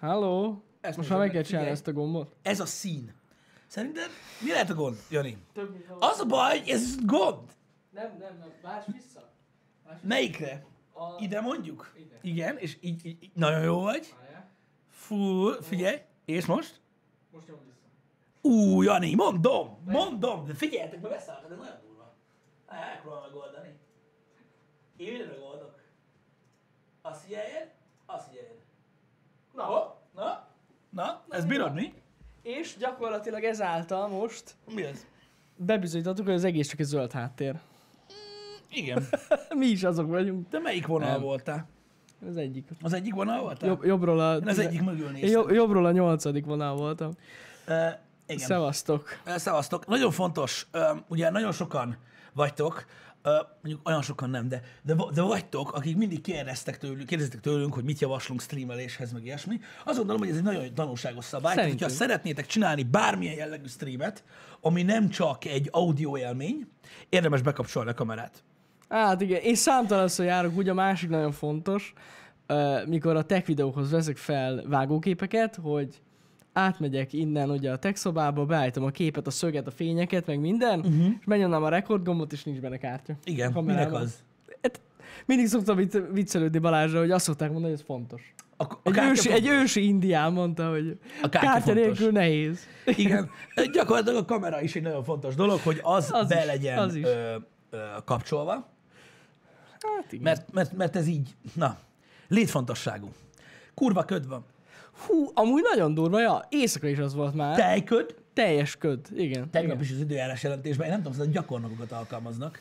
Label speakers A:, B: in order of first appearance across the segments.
A: Hello?
B: Ezt
A: Most már
B: mondom,
A: meg kell
B: figyelj.
A: csinálni ezt a gombot?
B: Ez a szín. Szerinted mi lehet a gond, Jani? Az a baj, hogy ez gond.
A: Nem, nem, nem. Várs vissza.
B: Melyikre?
A: A...
B: Ide mondjuk?
A: Ide.
B: Igen, és így, így, így nagyon jó vagy. Fú, figyelj. És most?
A: Most nyom vissza.
B: Ú, Jani, mondom, mondom, de figyeljetek meg ezt álltad, ez nagyon durva. El próbálom megoldani. Én mindent megoldok. Azt figyeljed, azt figyeljed. Na, hopp, na, na, ez bírod, mi?
A: És gyakorlatilag ezáltal most
B: Mi ez?
A: bebizonyítottuk, hogy az egész csak egy zöld háttér.
B: Igen.
A: Mi is azok vagyunk.
B: De melyik vonal
A: Nem.
B: voltál?
A: Az egyik.
B: Az egyik vonal voltál?
A: Jobb, jobbról a...
B: Én az egyik mögül
A: Én
B: néztem.
A: jobb, jobbról a nyolcadik vonal voltam.
B: Uh, igen.
A: Szevasztok.
B: Ö, Szevasztok! Nagyon fontos, ö, ugye nagyon sokan vagytok, ö, mondjuk olyan sokan nem, de, de, de vagytok, akik mindig kérdeztek tőlünk, kérdeztek tőlünk, hogy mit javaslunk streameléshez, meg ilyesmi. Azt gondolom, hogy ez egy nagyon tanulságos szabály. Tehát, hogyha
A: Szerintem.
B: szeretnétek csinálni bármilyen jellegű streamet, ami nem csak egy audio élmény, érdemes bekapcsolni a kamerát.
A: Hát igen, én számtalanszor járok, ugye a másik nagyon fontos, ö, mikor a tech videókhoz veszek fel vágóképeket, hogy átmegyek innen ugye a tech szobába, beállítom a képet, a szöget, a fényeket, meg minden, uh-huh. és megnyomnám a rekordgombot, és nincs benne kártya.
B: Mhm. Igen,
A: A
B: minek
A: kamerában.
B: az?
A: Hát, mindig szoktam vicc- viccelődni Balázsra, hogy azt szokták mondani, hogy ez fontos.
B: A, a
A: Egy,
B: kártya
A: ősi, egy
B: fontos.
A: ősi indián mondta, hogy
B: A
A: a
B: kártya
A: kártya, kártya
B: fontos.
A: nélkül nehéz.
B: Igen, gyakorlatilag a kamera is egy nagyon fontos dolog, hogy az,
A: Az
B: az
A: is,
B: be legyen
A: az is.
B: Ö, ö, kapcsolva.
A: Hát igen.
B: Mert, mert, mert ez így, na, létfontosságú. Kurva köd van.
A: Hú, amúgy nagyon durva, ja, éjszaka is az volt már.
B: Tejköd.
A: Teljes köd, igen.
B: Tegnap is az időjárás jelentésben, én nem tudom, szerintem gyakornokokat alkalmaznak.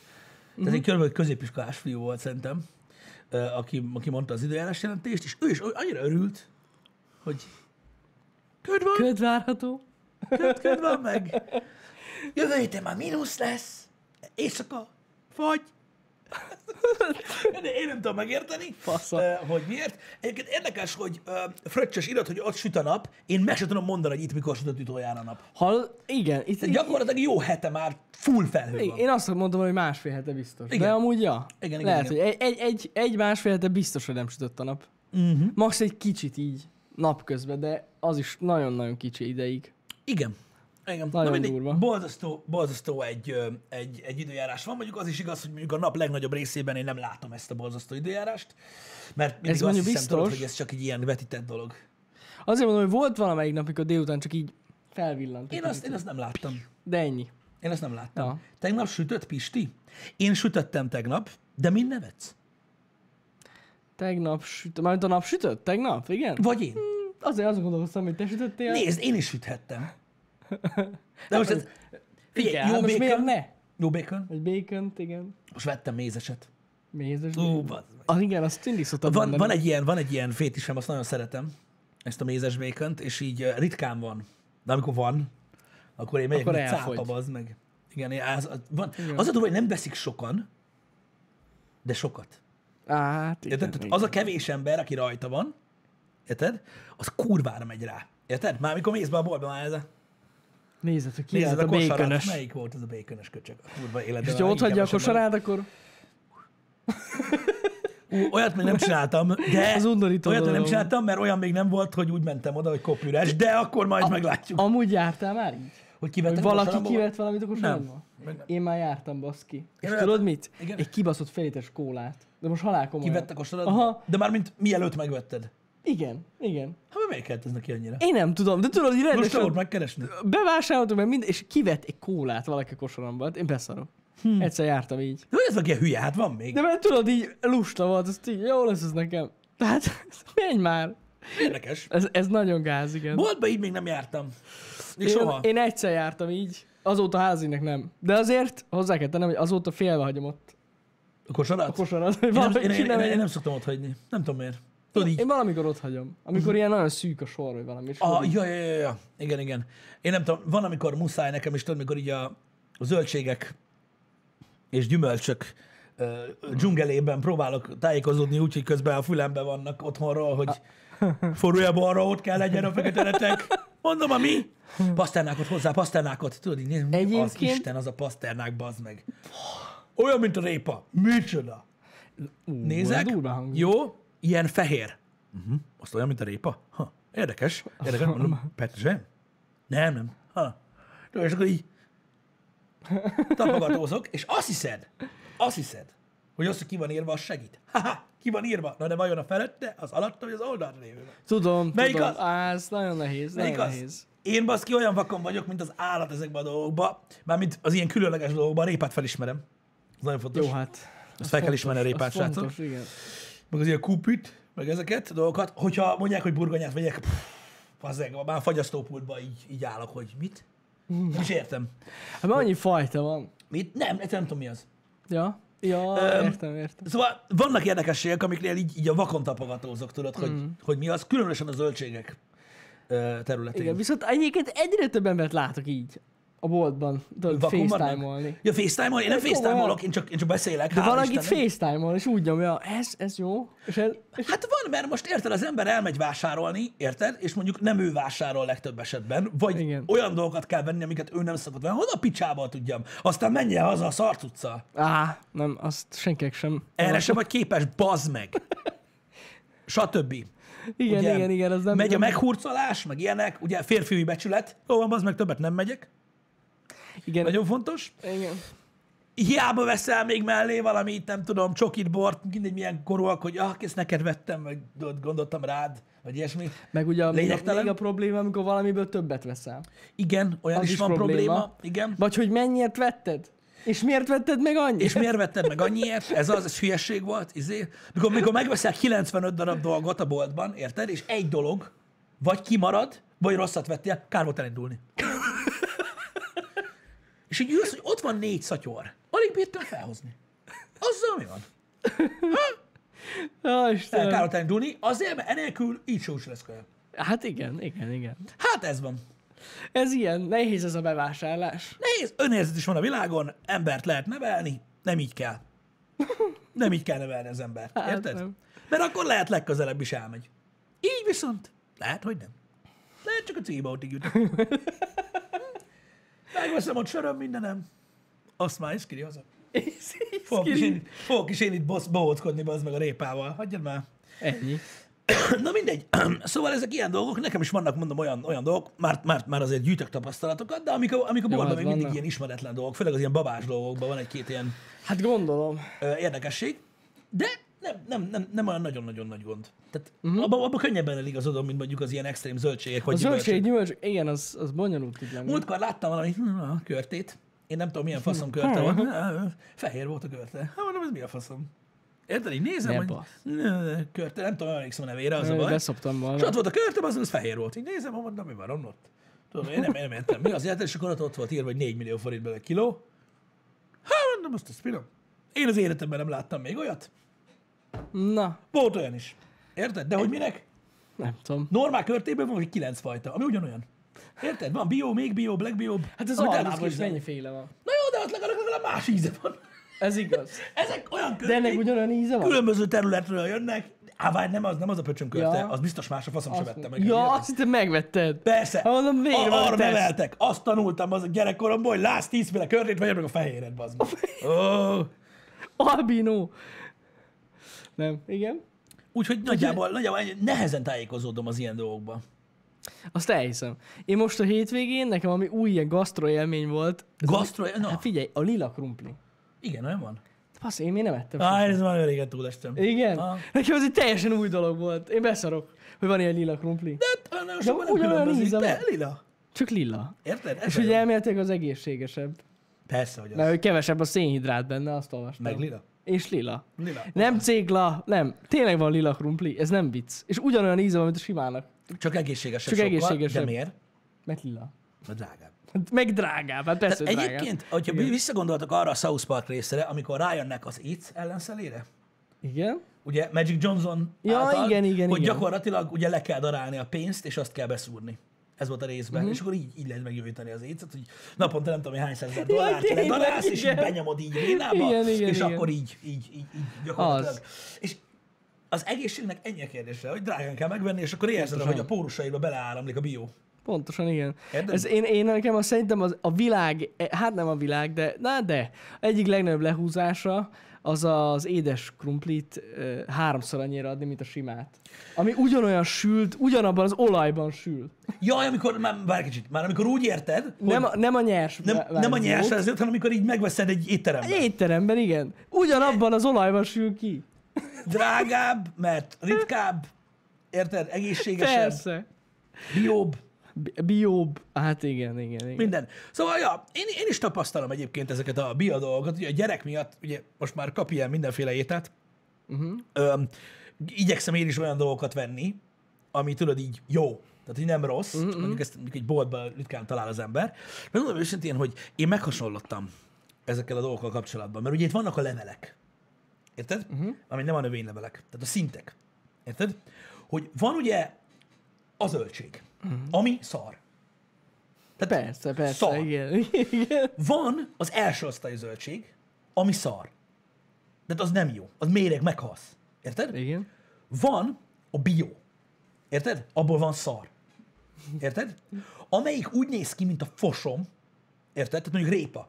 B: Tehát egy körülbelül középiskolás fiú volt szerintem, ö, aki, aki mondta az időjárás jelentést, és ő is annyira örült, hogy köd van,
A: Köd várható.
B: köd, köd van meg. Jövő héten már mínusz lesz, éjszaka, fagy. De Én nem tudom megérteni,
A: Fasza.
B: ö, hogy miért. Egyébként érdekes, hogy ö, fröccsös irat, hogy ott süt a nap, én meg sem tudom mondani, hogy itt mikor sütött utoljára a nap.
A: Hall, igen, itt,
B: Tehát gyakorlatilag jó hete már full felhő van.
A: én azt mondom, hogy másfél hete biztos. Igen.
B: Igen.
A: De amúgy, ja.
B: Igen, igen,
A: Lehet,
B: igen.
A: hogy egy, egy, egy másfél hete biztos, hogy nem sütött a nap.
B: Mhm.
A: Uh-huh. Max egy kicsit így napközben, de az is nagyon-nagyon kicsi ideig.
B: Igen. Igen.
A: Nagyon durva.
B: Borzasztó, borzasztó egy, ö, egy, egy időjárás van. Mondjuk az is igaz, hogy mondjuk a nap legnagyobb részében én nem látom ezt a borzasztó időjárást, mert mindig
A: Ez
B: azt
A: mondjuk
B: hiszem, tudod,
A: biztos.
B: hogy ez csak egy ilyen vetített dolog.
A: Azért mondom, hogy volt valamelyik nap, mikor délután csak így felvillant. egy
B: Én azt,
A: kicsit.
B: én azt nem láttam.
A: De ennyi.
B: Én ezt nem láttam.
A: Ja.
B: Tegnap sütött, Pisti? Én sütöttem tegnap, de mind nevetsz?
A: Tegnap sütött, mármint a nap sütött? Tegnap? Igen?
B: Vagy én?
A: Azért azon gondolkoztam, hogy te sütöttél.
B: Nézd, én is süthettem. De most ez...
A: igen,
B: Figyelj,
A: hát
B: jó
A: most miért
B: békön,
A: ne?
B: jó békön.
A: Vagy bacon igen.
B: Most vettem mézeset.
A: Mézes.
B: Ú,
A: Uh.
B: bazd
A: Ah, igen, azt mindig szoktam
B: Van,
A: mondani.
B: van, egy ilyen, van egy ilyen fétisem, azt nagyon szeretem, ezt a mézes békönt, és így ö, ritkán van. De amikor van, akkor én megyek,
A: Akkor
B: mint
A: elfogy.
B: cápa, bazd meg. Igen, én- az, az, van. az a durva, hogy nem veszik sokan, de sokat.
A: Á, Hát, igen,
B: Érted?
A: igen.
B: Tehát az a kevés ember, aki rajta van, érted? Az kurvára megy rá. Érted? Már amikor mész be a boltba, már ez a...
A: Nézd, hát, hogy ki
B: Nézed
A: Nézd,
B: a,
A: a
B: kosarat.
A: békönös.
B: Melyik volt az a békönös köcsög? A kurva életben.
A: És hogyha
B: már
A: ott hagyja a
B: inkább sem
A: kosarát, akkor
B: Ú, olyat még nem csináltam, de
A: Az undorító
B: olyat még
A: dolog.
B: nem csináltam, mert olyan még nem volt, hogy úgy mentem oda, hogy kopüres, de akkor majd meglátjuk,
A: amúgy jártál már így?
B: hogy
A: Hogy
B: kivettem
A: valaki
B: mostanában.
A: kivett valamit a kosarból?
B: Meg nem.
A: Én már jártam, baszki. És
B: olyat-
A: tudod mit?
B: Igen.
A: Egy kibaszott félétes kólát. De most halál komolyan.
B: Kivett a kosarat,
A: Aha,
B: de már mint mielőtt megvetted.
A: igen, igen.
B: Hát miért kellett ez neki annyira?
A: Én nem tudom, de tudod, hogy
B: Most
A: rendesen
B: tudod megkeresni?
A: bevásároltunk meg minden, és kivett egy kólát valaki a kosaramban. Hát Én beszarok.
B: Hm.
A: Hmm. Egyszer jártam így.
B: De hogy ez meg ilyen hülye? Hát van még.
A: De mert tudod, így lusta volt, azt így, jó lesz ez nekem. Tehát, menj már.
B: Érdekes.
A: Ez, ez nagyon gáz, igen.
B: Boltba így még nem jártam. Még
A: Én,
B: soha.
A: én egyszer jártam így, azóta házinek nem. De azért hozzá kell tennem, hogy azóta félve hagyom ott
B: A kosarat?
A: a kosarat, hogy
B: Én nem,
A: valaki
B: én, én,
A: nem,
B: én, én nem szoktam ott hagyni. Nem tudom miért. Tudod így. Ah,
A: Én valamikor ott hagyom. Amikor ilyen nagyon szűk a sor, vagy valami. És
B: A,
A: akkor így-
B: ja, ja, ja, ja, igen, igen. Én nem tudom, van, amikor muszáj nekem is, tudod, amikor így a, a zöldségek és gyümölcsök ö, dzsungelében próbálok tájékozódni úgy, hogy közben a fülemben vannak otthonról, hogy forrulja balra, ott kell legyen a fekete retek. Mondom, a mi? Paszternákot hozzá, paszternákot. Tudod, így nézd, az
A: Egyébként-
B: Isten, az a paszternák, bazd meg. Olyan, mint a répa. Micsoda?
A: Ú, ez
B: Nézek,
A: durva hangzik.
B: jó, ilyen fehér. Uh-huh. Azt olyan, mint a répa? Ha. Érdekes. Érdekes. Mondom, Petre? Nem, nem. Ha. Tudod, és akkor így tapogatózok, és azt hiszed, azt hiszed, hogy az, hogy ki van írva, az segít. Haha, ki van írva? Na de vajon a felette, az alatta, vagy az oldalra lévő?
A: Tudom,
B: Melyik
A: tudom.
B: az?
A: Á, ez nagyon nehéz,
B: Melyik
A: nagyon
B: az?
A: nehéz.
B: Én baszki olyan vakon vagyok, mint az állat ezekben a dolgokban. Mármint az ilyen különleges dolgokban, a répát felismerem. Ez nagyon fontos.
A: Jó, hát.
B: Azt fel kell ismerni a répát,
A: az
B: srácok.
A: fontos, igen.
B: Meg az ilyen kupit, meg ezeket a dolgokat. Hogyha mondják, hogy burgonyát vegyek, pff, fazeg, már fagyasztópultba így, így állok, hogy mit? Nem is értem.
A: Hát mert annyi fajta van.
B: Mit? Nem, egyszerűen nem tudom mi az.
A: Ja, ja,
B: Öm,
A: értem, értem.
B: Szóval vannak érdekességek, amiknél így, így a vakon tapogatózok, tudod, hogy, hogy mi az, különösen a zöldségek ö, területén.
A: Igen, viszont egyébként egyre több embert látok így a boltban, tudod,
B: Vakon vannak?
A: facetime-olni.
B: Ja, facetime Én nem
A: komolyan.
B: facetime én csak, én csak beszélek.
A: De
B: hál'
A: van, akit
B: Istennek.
A: facetime-ol, és úgy nyomja, ez, ez jó, és ez,
B: Hát van, mert most érted, az ember elmegy vásárolni, érted? És mondjuk nem ő vásárol legtöbb esetben, vagy
A: Igen.
B: Igen. olyan dolgokat kell venni, amiket ő nem szokott venni. Honnan a picsába tudjam? Aztán menjen haza a szarcuccal.
A: Á, nem, azt senkinek sem.
B: Erre sem vagy képes, bazd meg. Satöbbi.
A: Igen,
B: Ugye,
A: igen, igen, az nem.
B: Megy a
A: nem-
B: meghurcolás, meg ilyenek, ugye férfiúi becsület. Jó van, bazd meg, többet nem megyek.
A: Igen,
B: Nagyon fontos.
A: igen.
B: Hiába veszel még mellé valamit, nem tudom, csokit, bort, mindegy milyen korúak, hogy ah, ezt neked vettem, vagy gondoltam rád, vagy ilyesmi.
A: Meg ugye a,
B: Lényegtelen?
A: még a probléma, amikor valamiből többet veszel.
B: Igen, olyan
A: Az
B: is,
A: is
B: van probléma.
A: probléma.
B: Igen.
A: Vagy hogy mennyiért vetted? És miért vetted meg annyit?
B: És miért vetted meg annyiért? Ez az, ez hülyeség volt, izé. Mikor, mikor megveszel 95 darab dolgot a boltban, érted? És egy dolog, vagy kimarad, vagy rosszat vettél, kár volt elindulni. És így ülsz, hogy ott van négy szatyor. Alig bírtam felhozni. Azzal mi van?
A: Ja,
B: Kár
A: Istenem.
B: volt elindulni, azért, mert enélkül így sós lesz kölyök.
A: Hát igen, igen, igen.
B: Hát ez van.
A: Ez ilyen, nehéz ez a bevásárlás.
B: Nehéz, önérzet is van a világon, embert lehet nevelni, nem így kell. Nem így kell nevelni az embert,
A: Hát
B: érted?
A: nem.
B: Mert akkor lehet legközelebb is elmegy. Így viszont lehet, hogy nem. Lehet csak a címautig jut. Megveszem ott söröm mindenem. Azt már is kiri haza. Fogok is, én, fogok is én itt bosz, bohóckodni az meg a répával. Hagyjad már.
A: Ennyi.
B: Na mindegy. Szóval ezek ilyen dolgok, nekem is vannak, mondom, olyan, olyan dolgok, már, már, már azért gyűjtök tapasztalatokat, de amikor, amikor
A: Jó,
B: boltban
A: hát
B: még mindig
A: vannak.
B: ilyen ismeretlen dolgok, főleg az ilyen babás dolgokban van egy-két ilyen
A: Hát gondolom.
B: ö, érdekesség, de nem, nem, nem, nem olyan nagyon-nagyon nagy gond. Tehát uh-huh. abban abba könnyebben eligazodom, mint mondjuk az ilyen extrém zöldségek. Vagy
A: Mhm. A zöldség,
B: gyümölcsök.
A: gyümölcs, igen, az, az bonyolult tud lenni.
B: Múltkor láttam valami na, körtét, én nem tudom, milyen
A: Hm,
B: faszom körte volt. Fehér volt a körte. Hát mondom, ez mi a faszom? Érted, így
A: Ne
B: nézem, hogy
A: basz.
B: Nö, körte, nem tudom, emlékszem a nevére, az a
A: Ö,
B: baj.
A: Beszoptam
B: És
A: volna.
B: ott volt a körtöm, azon az fehér volt. Így nézem, mondom, mi van ott? Tudom, én nem, én nem értem. Mi az érted? És akkor ott- ott volt írva, hogy 4 millió forint bele kiló. Hát mondom, azt a spinom. Én az életemben nem láttam még olyat.
A: Na,
B: Volt olyan is. Érted? De hogy minek?
A: nem tudom.
B: Normál körtében van, hogy 9 fajta, ami ugyanolyan. Érted? Van bio, még bio, black bio.
A: Hát ez
B: amit
A: arra
B: elképzel.
A: is mennyiféle van.
B: Na jó, de ott legalább, legalább más íze van.
A: Ez igaz.
B: Ezek olyan
A: De ennek
B: körték,
A: ugyanolyan íze van?
B: különböző területről jönnek. Á, várj, nem az, nem az a pöcsön körte,
A: Ja.
B: az biztos más, a faszom sem
A: Azt-
B: vettem meg.
A: Ja,
B: Ilyen.
A: azt hittem megvetted.
B: Persze.
A: Hát mondom, végre
B: A-
A: van a
B: arra
A: teszt.
B: neveltek. Azt tanultam az a gyerekkoromból, hogy láz tízféle körtét vagyok meg a fehéret, bazd meg. Ó.
A: Albino. Nem, igen.
B: Úgyhogy nagyjából, nagyjából ennyi- nehezen tájékozódom az ilyen dolgokba.
A: Azt elhiszem. Én most a hétvégén, nekem ami új ilyen gasztro élmény volt,
B: Gasztro, na,
A: hát figyelj, a lila krumpli.
B: igen, olyan van.
A: Fasz, én még nem ettem. soha.
B: Á, ez már olyan régen túlestem.
A: Igen?
B: Ah.
A: Nekem az egy teljesen új dolog volt. Én beszarok, hogy van ilyen lila krumpli.
B: De hát olyan nagyon sokan nem
A: ugyanolyan
B: különbözik.
A: íze
B: De
A: van.
B: lila.
A: Csak lila.
B: Érted? Ez
A: És
B: a
A: ugye
B: jó.
A: elméletileg az egészségesebb.
B: Persze, hogy
A: Mert
B: az.
A: hogy kevesebb a szénhidrát benne, azt olvastam.
B: Meg lila.
A: És lila.
B: Lila.
A: Nem cégla, nem. Tényleg van lila krumpli, ez nem vicc. És ugyanolyan íze van, mint a simának.
B: Csak egészségesebb
A: Csak
B: sokkal,
A: egészségesebb.
B: De miért?
A: Mert lila.
B: Mert drágább.
A: Hát Meg drágább, hát persze, hogy
B: Tehát
A: drágább.
B: egyébként, hogyha visszagondoltak arra a South Park részre, amikor rájönnek az It's ellenszelére,
A: Igen?
B: ugye Magic Johnson
A: Ja,
B: által,
A: igen, igen,
B: hogy
A: igen.
B: gyakorlatilag ugye le kell darálni a pénzt, és azt kell beszúrni. Ez volt a részben,
A: Mhm.
B: és akkor így, így lehet megjövíteni az écet, hogy naponta nem tudom, hogy hány százezer
A: Ja,
B: dollárt
A: tényleg,
B: ledarálsz, és így
A: igen.
B: benyomod így vénába,
A: Igen, igen,
B: és
A: igen.
B: akkor így, így, így, így gyakorlatilag.
A: Az.
B: És az egészségnek ennyi a kérdése, hogy drágán kell megvenni, és akkor érzed, hogy a pórusaidba beleáramlik a bió.
A: Pontosan, igen.
B: Érted?
A: Ez én, én nekem e, azt szerintem az, a világ, eh, hát nem a világ, de na de, egyik legnagyobb lehúzása az az édes krumplit ö, háromszor annyira adni, mint a simát. Ami ugyanolyan sült, ugyanabban az olajban sül.
B: Jaj, amikor, már, várj kicsit, már amikor úgy érted, hogy
A: Nem,
B: nem,
A: a, nem a nyers vá-
B: nem, nem a
A: vágót.
B: nyers verziót, hanem amikor így megveszed egy étteremben.
A: Egy étteremben, igen. Ugyanabban az olajban sül ki.
B: Drágább, mert ritkább, érted? Egészségesebb,
A: Persze.
B: bióbb,
A: Bi- Bióbb. Hát igen, igen, igen.
B: minden. Szóval, ja, én, én is tapasztalom egyébként ezeket a bia dolgokat. Ugye a gyerek miatt, ugye most már kap ilyen mindenféle ételt. Uh-huh. Öm, igyekszem én is olyan dolgokat venni, ami tudod így jó. Tehát, hogy nem rossz. Uh-huh. Mondjuk ezt mondjuk egy boltban ritkán talál az ember. Megmondom őszintén, hogy én meghasonlottam ezekkel a dolgokkal kapcsolatban. Mert ugye itt vannak a levelek. Érted?
A: Mhm.
B: Uh-huh. Ami nem a növénylevelek. Tehát a szintek. Érted? Hogy van ugye a zöldség, uh-huh. ami szar. Tehát
A: Mhm. Persze, persze,
B: Szar.
A: igen. igen.
B: van az első osztályú zöldség, ami szar. De hát az nem jó. Az méreg, meghalsz. Érted?
A: Igen.
B: Van a bio. Érted? Abból van szar. Érted? Amelyik úgy néz ki, mint a fosom. Érted? Tehát mondjuk répa.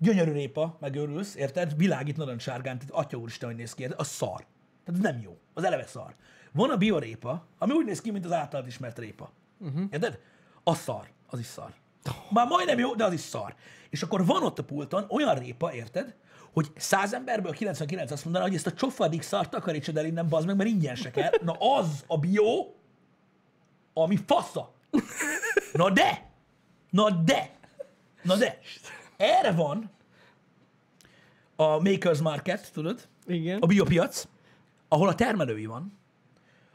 B: Gyönyörű répa, megőrülsz, érted? Világít narancssárgán, tehát atya úristen, hogy néz ki, érted? Az szar. Tehát ez nem jó. Az eleve szar. Van a biorépa, ami úgy néz ki, mint az általad ismert répa. Uh-huh. Érted? Az szar. Az is szar. Már majdnem jó, de az is szar. És akkor van ott a pulton olyan répa, érted? hogy 100 emberből 99 azt mondaná, hogy ezt a csofadik szart takarítsad el innen, bazd meg, mert ingyen se kell. Na az a bio, ami fasza. Na de! Na de! Na de! Erre van a Makers Market, tudod?
A: Igen.
B: A biopiac, ahol a termelői van,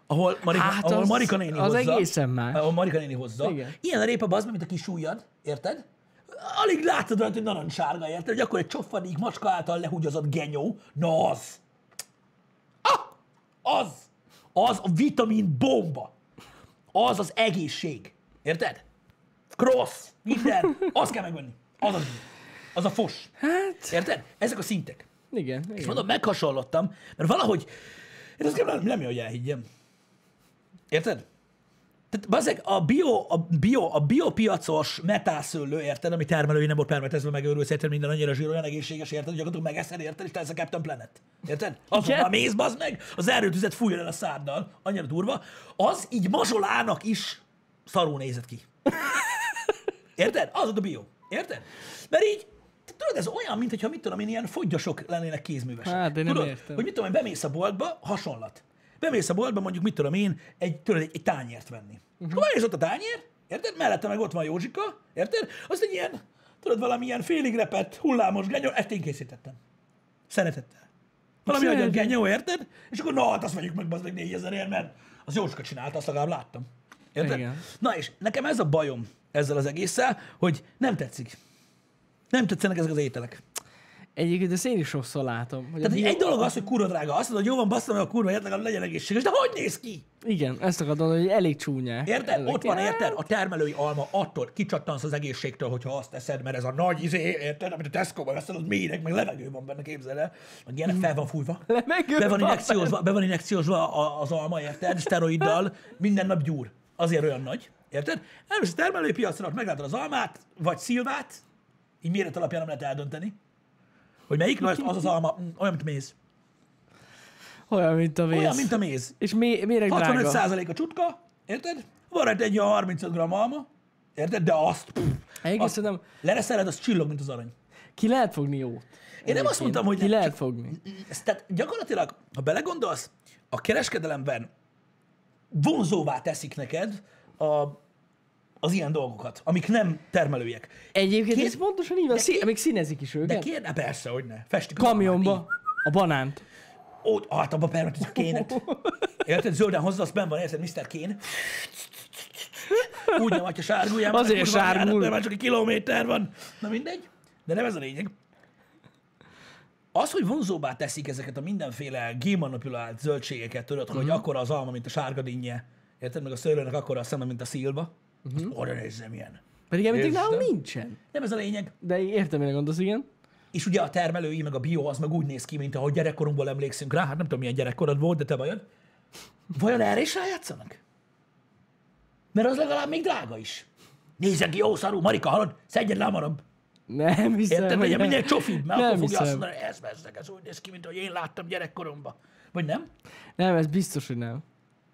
B: ahol Marika,
A: Hát
B: hát ahol
A: az-
B: az, Marika néni
A: az
B: hozza.
A: egészen más.
B: Ahol Marika néni hozza.
A: Igen.
B: Ilyen a répa bazd meg, mint a kis ujjad, érted? Alig látod rajta, hogy narancssárga, érted? Hogy akkor egy csoffadik macska által lehugyozott genyó. Na az! Ah! Az! Az a vitamin bomba! Az az egészség. Érted? Cross, minden. Azt kell megvenni. Az az. Az a fos.
A: Hát,
B: Érted? Ezek a szintek.
A: igen,
B: És
A: igen.
B: mondom, meghasonlottam, mert valahogy, én azt nem, nem jó, hogy elhiggyem. Érted? Tehát bazeg, a bio, a bio, a biopiacos metálszőlő, érted, ami termelői nem volt permetezve, megőrülsz, érted, minden annyira zsír, olyan egészséges, érted, hogy gyakorlatilag megeszed, érted, és te lesz a Captain Planet. Érted? Azonnal
A: Igen.
B: mész, bazd meg, az erőtüzet fújjon el a száddal, annyira durva. Az így mazsolának is szarul nézett ki. Érted? Az ott a bio. Érted? Mert így, te tudod, ez olyan, mint hogyha mit tudom én, ilyen fogyosok lennének kézművesek.
A: Hát, de nem
B: tudod,
A: értem.
B: hogy mit tudom én, bemész a boltba, hasonlat. Bemész a boltba, mondjuk mit tudom én, egy, tudod, egy, egy tányért venni.
A: Mhm.
B: Uh-huh. És akkor bemész ott a tányér, érted? Mellette meg ott van Józsika, érted? Az egy ilyen, tudod, valamilyen félig repett, hullámos genyó, ezt én készítettem. Szeretettel. Valami
A: Szeretem.
B: olyan genyó, érted? És akkor na, hát azt mondjuk meg, bazd meg 4000 ér, mert az Józsika csinálta, azt legalább láttam. Érted?
A: Igen.
B: Na és nekem ez a bajom ezzel az egésszel, hogy nem tetszik. Nem tetszenek ezek az ételek.
A: Egyébként ezt én is sokszor látom. Hogy a
B: Tehát
A: bio-
B: bio... egy dolog az, hogy kurva drága. Azt mondod, hogy jó van, basszom meg a kurva, érted, legalább legyen egészséges. De hogy néz ki?
A: Igen, ezt akartam mondani, hogy elég csúnyák.
B: Érted?
A: Ezek.
B: Ott van, érted? A termelői alma attól kicsattansz az egészségtől, hogyha azt eszed, mert ez a nagy izé, érted? Amit a Tesco-ban veszel, az méreg, meg levegő van benne, képzeld el. Meg ilyenek fel van fújva.
A: Mm. Levegő
B: Be
A: van
B: van injekciózva, be van injekciózva a- az alma, érted? Steroiddal, minden nap gyúr. Azért olyan nagy, érted? Elmész a termelőpiacra, ott meglátod az almát, vagy szilvát, így méret alapján nem lehet eldönteni, hogy melyik Na, az az alma, mm, olyan, mint a méz.
A: Olyan, mint a vész.
B: Olyan, mint a méz.
A: És mé- méreg drága.
B: 65% a csutka, érted? Van rajta egy olyan 35 g alma, érted? De azt, pff, azt
A: Egészen nem.
B: lereszeled, az csillog, mint az arany.
A: Ki lehet fogni jót?
B: Én nem azt mondtam, hogy
A: Ki
B: nem,
A: lehet
B: csak-
A: fogni.
B: Ez, tehát gyakorlatilag, ha belegondolsz, a kereskedelemben vonzóvá teszik neked a, az ilyen dolgokat, amik nem termelőiek.
A: Egyébként
B: Kér-
A: ez pontosan így van.
B: de
A: Szí-
B: kér-
A: még színezik is
B: De
A: őket.
B: kérne, persze, hogy ne. Festik az
A: Kamionba
B: almát
A: a banánt.
B: így. Ott, hát abba permetezik kénet. Érted? Zölden hozzá, az benn van, érted? Mr. Kén. Úgy nem, hogyha sárguljál. már,
A: Azért
B: kurva
A: sárgul.
B: járat, mert Már csak egy kilométer van. Na mindegy. De nem ez a lényeg. az, hogy vonzóbbá teszik ezeket a mindenféle gémanipulált zöldségeket, tudod,
A: Mhm.
B: hogy akkora az alma, mint a sárga dinnye, érted? Meg a szőlőnek akkora a szeme, mint a szilva.
A: Mhm.
B: Uh-huh. Oda nézzem ilyen.
A: Pedig említik
B: Értem.
A: nálunk nincsen.
B: Nem ez a lényeg.
A: De értem, mire gondolsz, igen.
B: És ugye a termelői, meg a bio, az meg úgy néz ki, mint ahogy gyerekkorunkból emlékszünk rá. Hát nem tudom, milyen gyerekkorod volt, de te vajon? Vajon erre is rájátszanak? Mert az legalább még drága is. Nézzen ki, jó szarú, Marika, halad, szedjen le hamarabb.
A: Nem hiszem.
B: Érted? Vagy
A: hogy-
B: minél csofibb, mert
A: Nem
B: akkor fogja azt
A: hiszem.
B: mondani, ez bezzeg, ez úgy néz ki, mint ahogy én láttam gyerekkoromban. Vagy nem?
A: Nem, ez biztos, hogy nem.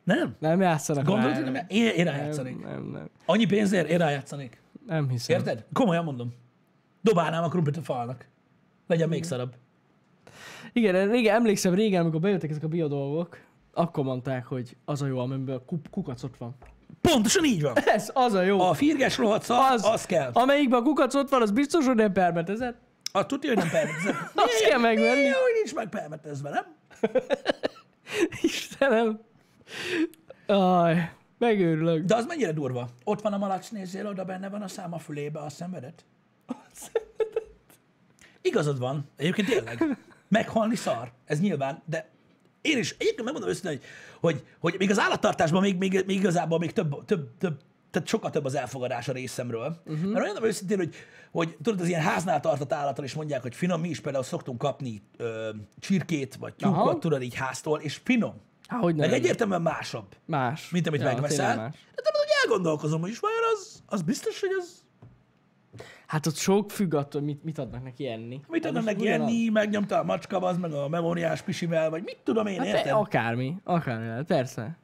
B: Nem?
A: Nem játszanak
B: Gondolod,
A: rá.
B: hogy nem? Én, én rájátszanék.
A: nem, nem, nem,
B: Annyi pénzért én rájátszanék.
A: nem hiszem.
B: Érted? Komolyan mondom. Dobálnám a krumplit a falnak. Legyen
A: Mm.
B: még szarabb.
A: Igen, régen, emlékszem régen, amikor bejöttek ezek a biodolgok, akkor mondták, hogy az a jó, amiben kup, kukacot van.
B: Pontosan így van.
A: Ez az a jó.
B: A firges rohadt szar, az, az kell.
A: Amelyikben a kukacot van, az biztos, hogy nem permetezett.
B: A tudja, hogy nem permetezve.
A: Azt kell megvenni.
B: Jó, hogy nincs meg permetezve, nem?
A: Istenem. Aj, megőrülök.
B: De az mennyire durva. Ott van a malac, nézzél, oda benne van a száma fülébe a szenvedet. Igazad van. Egyébként tényleg. Meghalni szar. Ez nyilván, de én is egyébként megmondom őszintén, hogy, hogy, hogy még az állattartásban még, még, még igazából még több, több, több tehát sokkal több az elfogadás a részemről. Uh-huh. Mert olyan őszintén, hogy, hogy tudod, az ilyen háznál tartott állattal is mondják, hogy finom, mi is például szoktunk kapni ö, csirkét, vagy
A: Aha.
B: tyúkot, tudod, így háztól, és finom.
A: Há, hogy nem.
B: Meg egyértelműen másabb
A: Más.
B: mint amit
A: Ja,
B: ja, megveszel.
A: tényleg
B: De
A: más.
B: tudod, hogy elgondolkozom, hogy is vajon az, az biztos, hogy az
A: Hát ott sok függ attól, mit, mit adnak neki enni.
B: mit
A: Hát
B: adnak
A: most
B: neki
A: ugyanaz.
B: enni, megnyomta a macska, az meg a memóriás pisivel, vagy mit tudom én,
A: Hát
B: érted?
A: pe- akármi, akármi lehet, persze.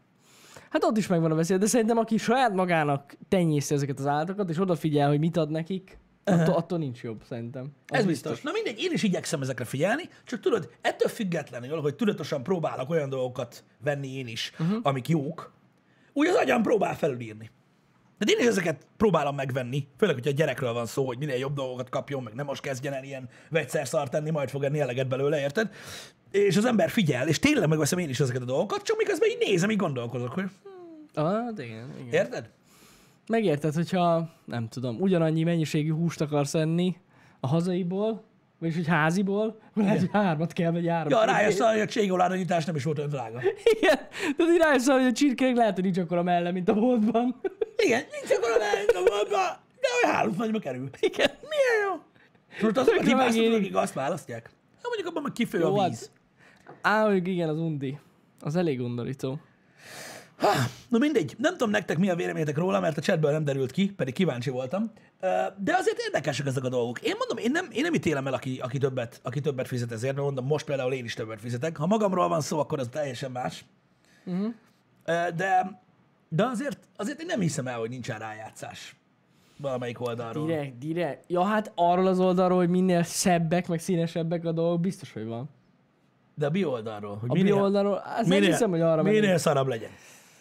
A: Hát ott is megvan a veszély, de szerintem aki saját magának tenyészi ezeket az állatokat, és odafigyel, hogy mit ad nekik, attól, attól nincs jobb, szerintem. Az
B: Ez biztos. Na mindegy, én is igyekszem ezekre figyelni, csak tudod, ettől függetlenül, hogy tudatosan próbálok olyan dolgokat venni én is, uh-huh. amik jók, úgy az agyam próbál felülírni. De én is ezeket próbálom megvenni, főleg, hogyha gyerekről van szó, hogy minél jobb dolgokat kapjon, meg nem most kezdjen el ilyen vegyszerszart tenni, majd fog enni eleget belőle, érted? És az ember figyel, és tényleg megveszem én is ezeket a dolgokat, csak miközben így nézem, így gondolkozok, hogy
A: Ah, igen, igen.
B: érted?
A: Megérted, hogyha nem tudom, ugyanannyi mennyiségű húst akarsz enni a hazaiból, vagyis egy háziból, akkor lehet, hogy hármat kell, vagy három.
B: Ja,
A: csirkét.
B: rájössz, arra, hogy a cségoláranyítás nem is volt olyan drága.
A: Igen, tehát így rájössz, arra, hogy a csirkének lehet, hogy nincs akkora melle, mint a boltban.
B: Igen, nincs akkor a de olyan három nagyba kerül.
A: Igen.
B: Milyen jó? Tudod, azok a
A: Tökre
B: hibások,
A: megéri.
B: akik azt választják. Hát mondjuk abban meg kifő
A: Jó,
B: a
A: hát.
B: víz.
A: Á, mondjuk igen, az undi. Az elég undorító.
B: Ha, na mindegy, nem tudom nektek mi a véleményetek róla, mert a chatből nem derült ki, pedig kíváncsi voltam. Ö, De azért érdekesek ezek a dolgok. Én mondom, én nem, én nem ítélem el, aki, aki, többet, aki többet fizet ezért, mert mondom, most például én is többet fizetek. Ha magamról van szó, akkor az teljesen más. Ö, De, de azért, azért én nem hiszem el, hogy nincsen rájátszás valamelyik oldalról.
A: Direkt, direkt. Ja, hát arról az oldalról, hogy minél szebbek, meg színesebbek a dolgok, biztos, hogy van.
B: De a bi oldalról. Hogy
A: A mi oldalról, hát nem hiszem, hogy arra
B: minél Mhm.
A: mennének.
B: szarabb legyen.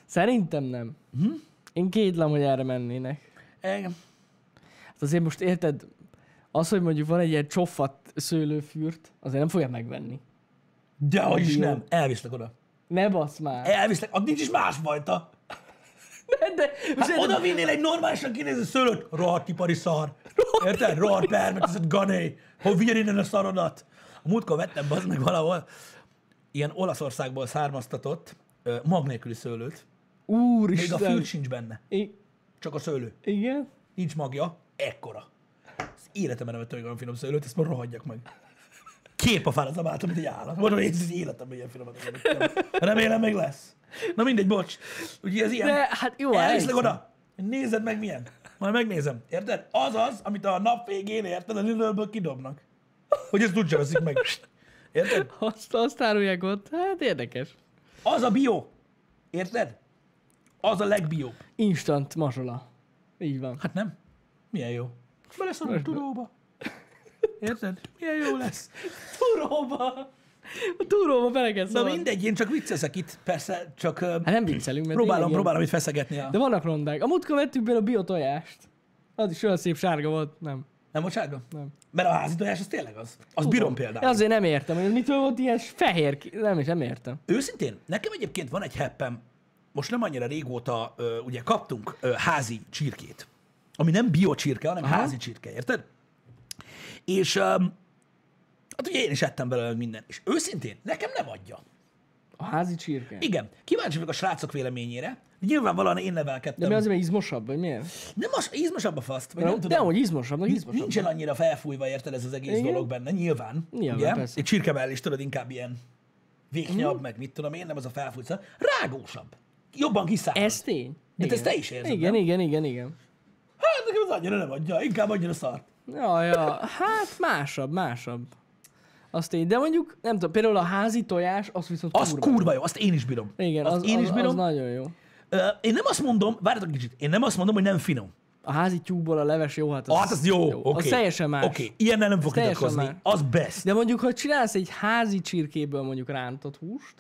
A: Szerintem nem. Hm? Én kétlem, hogy erre mennének.
B: Engem.
A: Hát azért most érted, az, hogy mondjuk van egy ilyen csofat szőlőfürt, azért nem fogják megvenni.
B: De hogy is
A: Jó.
B: nem. Elviszlek oda.
A: Ne basz már.
B: Elviszlek. Ott nincs is más fajta.
A: De, most
B: Hát
A: érted,
B: oda vinnél egy normálisan kinéző szőlőt. Rohadt ipari szar. Érted? Rohadt permetezett gané. Hogy vigyél innen a szarodat. A múltkor vettem bazd meg valahol ilyen Olaszországból származtatott ö, mag nélküli szőlőt. Még a
A: Úristen.
B: fül sincs benne.
A: I-
B: Csak a szőlő.
A: igen?
B: Nincs magja. Ekkora. Az életemben nem ettem még olyan finom szőlőt, ezt már rohadjak meg. Kép a fáradtam át, amit egy állat. Mondom, hogy ez az életem, ilyen finomat nem ettem. Remélem még lesz. Na mindegy, bocs. Ugye ez ilyen...
A: De hát jó,
B: Elviszlek
A: elhiszem.
B: oda. Nézed meg milyen. Majd megnézem. Érted? Az az, amit a nap végén érted, a lidl kidobnak. Hogy ezt úgy veszik meg. Érted?
A: Azt, azt árulják ott. Hát érdekes.
B: Az a bio. Érted? Az a legbióbb.
A: Instant mazsola. Így van.
B: Hát nem? Milyen jó. Beleszorul a tudóba. Érted? Milyen jó lesz.
A: Turóba! A turóba bele kell
B: Na
A: szólni.
B: mindegy, én csak viccezek itt, persze, csak ö,
A: Hát nem viccelünk, mert
B: próbálom,
A: tényleg
B: próbálom itt feszegetni. A...
A: ilyen- De vannak rondák. A múltkor vettük például a biotojást. Az is olyan szép sárga volt. Nem.
B: Nem volt sárga?
A: Nem.
B: Mert a házi tojás az tényleg az. Az bírom például.
A: Én azért nem értem, hogy ez mitől volt ilyen fehér. ki- Nem is, nem értem.
B: Őszintén, nekem egyébként van egy heppem, most nem annyira régóta, ö, ugye kaptunk ö, házi csirkét, ami nem biocsirke, hanem Aha. házi csirke, érted? És öm, hát ugye én is ettem belőle minden, és őszintén, nekem nem adja.
A: A házi csirke.
B: Igen, kíváncsi vagyok a srácok véleményére, nyilvánvalóan én
A: De
B: nevelkedtem.
A: mi azért, mert izmosabb, vagy miért?
B: Nem az izmosabb a faszt, vagy nem
A: De, de
B: tudom.
A: hogy izmosabb, izmosabb.
B: Nincsen annyira felfújva, érted ez az egész
A: Igen.
B: dolog benne, nyilván.
A: Nyilván, persze. Mhm.
B: Egy csirkemell is tudod, inkább ilyen vékonyabb, meg mit tudom én, nem az a felfújt szar. Rágósabb. Jobban kiszáll.
A: Ez tény.
B: Hát
A: Igen.
B: ezt te is érzed,
A: Igen,
B: nem?
A: igen, igen, igen.
B: Hát nekem az annyira nem adja, inkább annyira szart.
A: Ja, ja, hát másabb, másabb. Azt én, de mondjuk, nem tudom, például a házi tojás, az viszont
B: Az kurva jó, azt én is bírom.
A: Igen,
B: azt
A: az,
B: én
A: az,
B: is bírom.
A: az nagyon jó.
B: Ö, én nem azt mondom, várjatok egy kicsit, én nem azt mondom, hogy nem finom.
A: A házi tyúkból a leves jó, hát az,
B: Az, hát az jó, oké.
A: Az teljesen más.
B: Oké, ilyennel nem fog
A: teljesen
B: vitatkozni.
A: más.
B: Az best.
A: De mondjuk, ha csinálsz egy házi csirkéből mondjuk rántott húst,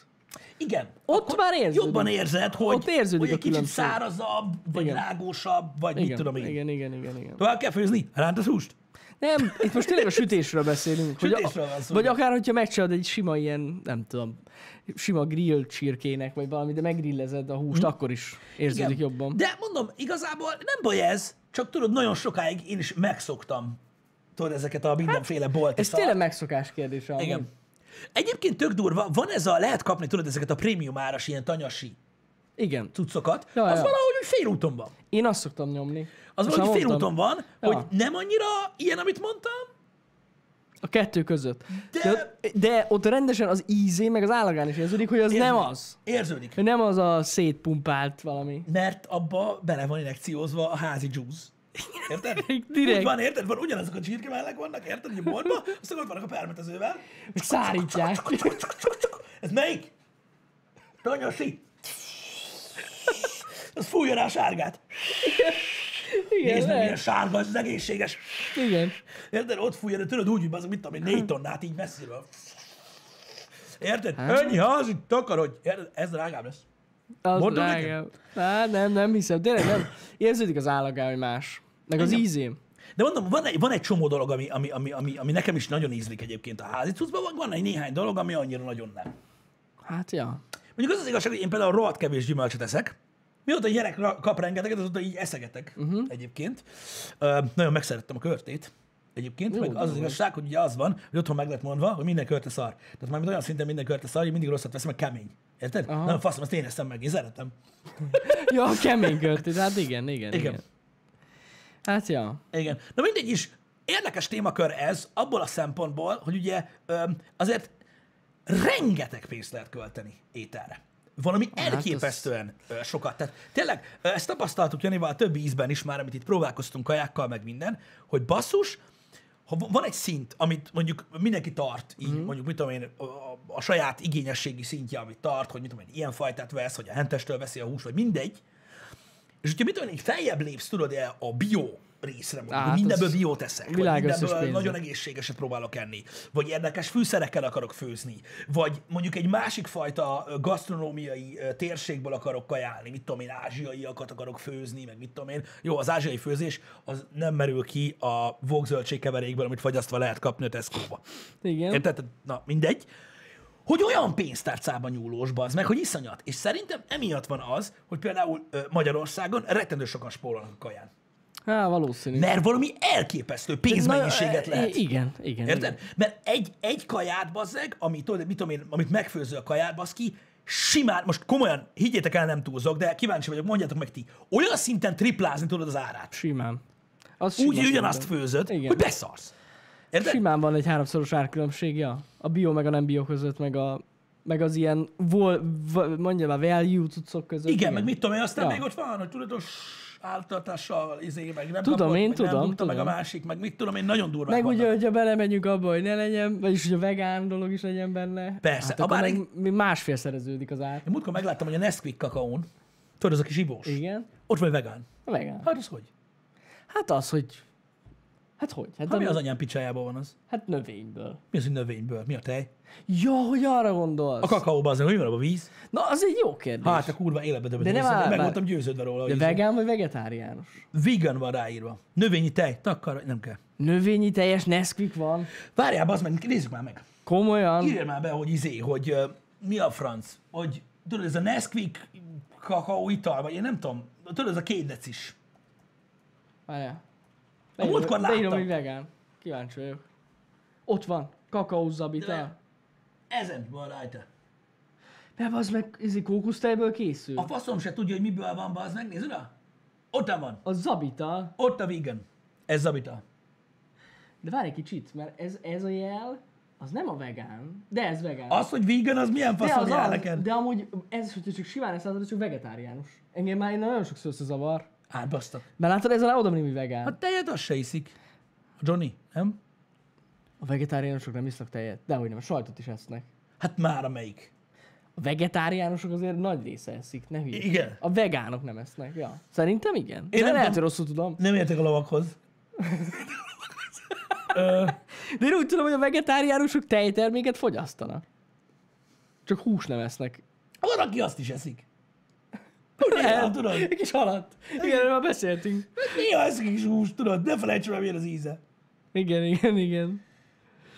B: Igen.
A: Ott már érződik.
B: Jobban érzed, hogy,
A: Ott érződik
B: hogy
A: a
B: egy kicsit
A: különbség.
B: szárazabb, vagy
A: Igen.
B: rágósabb, vagy mit
A: igen,
B: tudom én.
A: igen, igen, igen, igen.
B: Tovább kell főzni? Rántott húst?
A: Nem, itt most tényleg a sütésről beszélünk. hogy a-
B: Sütésről van szó,
A: Vagy
B: igen.
A: akár, hogyha megcsinálod egy sima ilyen, nem tudom, sima grill csirkének, vagy valami, de meggrillezed a húst, akkor is érződik
B: Hm. Igen.
A: jobban.
B: De mondom, igazából nem baj ez, csak tudod, nagyon sokáig én is megszoktam tudod, ezeket a mindenféle bolti
A: Hát, Ez
B: szart.
A: tényleg megszokás kérdése. amúgy.
B: Igen. Egyébként tök durva, van ez a, lehet kapni, tudod, ezeket a prémium áras ilyen tanyasi
A: Igen.
B: cuccokat,
A: Ja,
B: az
A: ja.
B: valahogy úgy félúton van.
A: Én azt szoktam nyomni.
B: Az
A: Azt
B: valahogy
A: már mondtam.
B: félúton van,
A: Ja.
B: hogy nem annyira ilyen, amit mondtam,
A: A kettő között.
B: De-
A: De... De, de ott rendesen az ízé, meg az állagán is érződik, hogy az
B: Érződik.
A: nem az.
B: érződik.
A: Hogy nem az a szétpumpált valami.
B: Mert abba bele van injekciózva a házi juice. Érted?
A: Direkt.
B: Úgy van, érted? Van ugyanazok a csirkemellek vannak, érted? Ugye borba, aztán ott vannak a permetezővel.
A: Meg szárítják.
B: Ez melyik? Tanyasi! Az fújja rá a sárgát.
A: Igen,
B: Nézd meg, milyen
A: lehet.
B: sárga, ez az egészséges.
A: Igen.
B: Érted? Ott fújja, de tudod úgy, hogy az, mit tudom én, négy tonnát így messziről. Érted? Ennyi házi takarodj. Érted? Ez drágább lesz.
A: Az
B: Mondom neked?
A: drágább. Hát nem, nem hiszem. Tényleg nem. Érződik az állagán, hogy más. Meg az ízém.
B: De mondom, van egy, van egy csomó dolog, ami, ami, ami, ami, ami nekem is nagyon ízlik egyébként a házi cuccban, van, van egy néhány dolog, ami annyira nagyon nem.
A: Hát ja.
B: Mondjuk az az igazság, hogy én például rohadt kevés gyümölcsöt eszek. Mióta a gyerek ra- kap rengeteget, azóta így eszegetek
A: Mhm.
B: uh-huh. egyébként. Ö, nagyon megszerettem a körtét egyébként,
A: Jó,
B: meg az az
A: jó.
B: igazság, hogy ugye az van, hogy otthon meg lett mondva, hogy minden körte szar. Tehát mármint olyan szinten minden körte szar, hogy mindig rosszat veszem, meg kemény. Érted? Aha. Nagyon faszom, azt én eszem meg, én szeretem.
A: Ja, a kemény körtét. Hát igen, igen, igen.
B: Igen.
A: Hát ja.
B: Igen. Na mindegy is, érdekes témakör ez abból a szempontból, hogy ugye öm, azért rengeteg pénzt lehet költeni ételre. Valami elképesztően ö, sokat. Tehát tényleg ö, ezt tapasztaltuk Janival a többi ízben is már, amit itt próbálkoztunk kajákkal, meg minden, hogy basszus, ha va- van egy szint, amit mondjuk mindenki tart, így mm. mondjuk, mit tudom én, a, a- a saját igényességi szintje, amit tart, hogy mit tudom én, ilyen fajtát vesz, hogy a hentestől veszi a hús, vagy mindegy, és hogyha mit tudom én, így feljebb lépsz, tudod, el a bio részre, mondjuk,
A: Hát,
B: hogy mindenből
A: az
B: biót eszek, vagy
A: világ
B: mindenből
A: összes pénze.
B: nagyon egészségeset próbálok enni, vagy érdekes fűszerekkel akarok főzni, vagy mondjuk egy másik fajta ö, gasztronómiai ö, térségből akarok kajálni, mit tudom én, ázsiaiakat akarok főzni, meg mit tudom én. Jó, az ázsiai főzés az nem merül ki a vokzöldségkeverékből, amit fagyasztva lehet kapni a Tesco-ba.
A: Igen.
B: Érted? Tehát, Na, mindegy. Hogy olyan pénztárcában nyúlós, az meg, hogy iszonyat. És szerintem emiatt van az, hogy például ö, Magyarországon rettentő sokan spórolnak a kaján.
A: Hát valószínű.
B: Mert valami elképesztő pénzmennyiséget
A: Na, e,
B: lehet.
A: Igen, igen.
B: Érted?
A: igen.
B: Mert egy, egy kaját bazzeg, amit, tudod, mit tudom én, amit megfőzöl a kaját, az ki, simán, most komolyan, higgyétek el, nem túlzok, de kíváncsi vagyok, mondjátok meg ti, olyan szinten triplázni tudod az árát.
A: Simán. Az
B: Úgy, hogy
A: simán
B: ugyanazt
A: szerintem.
B: főzöd,
A: Igen.
B: hogy beszarsz. Érted?
A: Simán van egy háromszoros árkülönbség, ja. A bio meg a nem bio között, meg a meg az ilyen, vol, v, mondjam már, value cuccok között.
B: Igen, meg mit tudom én, aztán
A: Ja.
B: még ott van, hogy tudatos áltatással, izé, meg nem
A: Tudom
B: kapott,
A: én,
B: meg nem
A: tudom,
B: tudta, meg a
A: tudom.
B: másik, meg mit tudom én, nagyon durvák
A: Meg
B: vannak.
A: ugye, hogyha belemegyünk abba, hogy ne legyen, vagyis hogy a vegán dolog is legyen benne.
B: Persze,
A: Hát akkor
B: abár
A: meg még másfél szereződik az ár.
B: Én múltkor megláttam, hogy a Nesquik kakaón, tudod, az a kis ivós,
A: Igen.
B: ott van egy vegán.
A: A vegán.
B: Hát az hogy?
A: Hát az, hogy... Hát hogy? Hát,
B: Hát mi
A: a,
B: az anyám picsájában van az?
A: hát növényből.
B: Mi az, hogy növényből? Mi a tej?
A: Ja, hogy arra gondolsz?
B: A kakaóban az, hogy van abban víz?
A: Na, az egy jó kérdés.
B: Hát a kurva életbe
A: De
B: döbbentem.
A: nem
B: észre,
A: áll-
B: Meg
A: bár-
B: voltam győződve róla, hogy
A: De
B: izé-
A: vegán vagy vegetáriánus?
B: vegan van ráírva. Növényi tej, takkar, nem kell.
A: Növényi teljes Nesquik van.
B: Várjál, az meg, nézzük már meg.
A: Komolyan.
B: Írja már be, hogy izé, hogy ö, mi a franc, hogy tudod, ez a Nesquik kakaó ital, vagy én nem tudom, tudod, ez a két decis.
A: Várjál.
B: A múltkor
A: Beírom,
B: láttam.
A: hogy vegán. Kíváncsi vagyok. Ott van. Kakaózabita.
B: Ezen van rajta.
A: De az meg izi kókusztejből készül.
B: A faszom se tudja, hogy miből van, az meg, nézd oda. Ott van,
A: A zabita.
B: ott a vegan. Ez zabita.
A: De várj egy kicsit, mert ez, ez a jel, az nem a vegán, de ez vegán.
B: Az, hogy vegan, az
A: de,
B: milyen faszom jár
A: az,
B: neked?
A: de amúgy ez, hogyha csak simán ezt látod, ez csak vegetáriánus. Engem
B: Hát,
A: már innen nagyon sokszor összezavar.
B: Átbasztak. Hát-
A: Mert látod, ez alá oda hogy vegán.
B: A tejet az se iszik. A Johnny, nem?
A: A vegetáriánusok nem isznak tejet, de hogy nem, a sajtot is esznek.
B: Hát már amelyik.
A: A vegetáriánusok azért nagy része eszik, ne hülye.
B: Igen.
A: A vegánok nem esznek, ja. Szerintem igen. Én de
B: nem
A: lehet,
B: tudom.
A: hogy rosszul tudom.
B: Nem értek a lovakhoz. Ö,
A: De én úgy tudom, hogy a vegetáriánusok tejterméket fogyasztanak. Csak hús nem esznek.
B: van, aki azt is eszik. Hogy néha, tudod?
A: Egy kis halat. Igen, erről már beszéltünk.
B: Néha eszik is húst, tudod? Ne felejtsd el, milyen az íze.
A: Igen, igen, igen.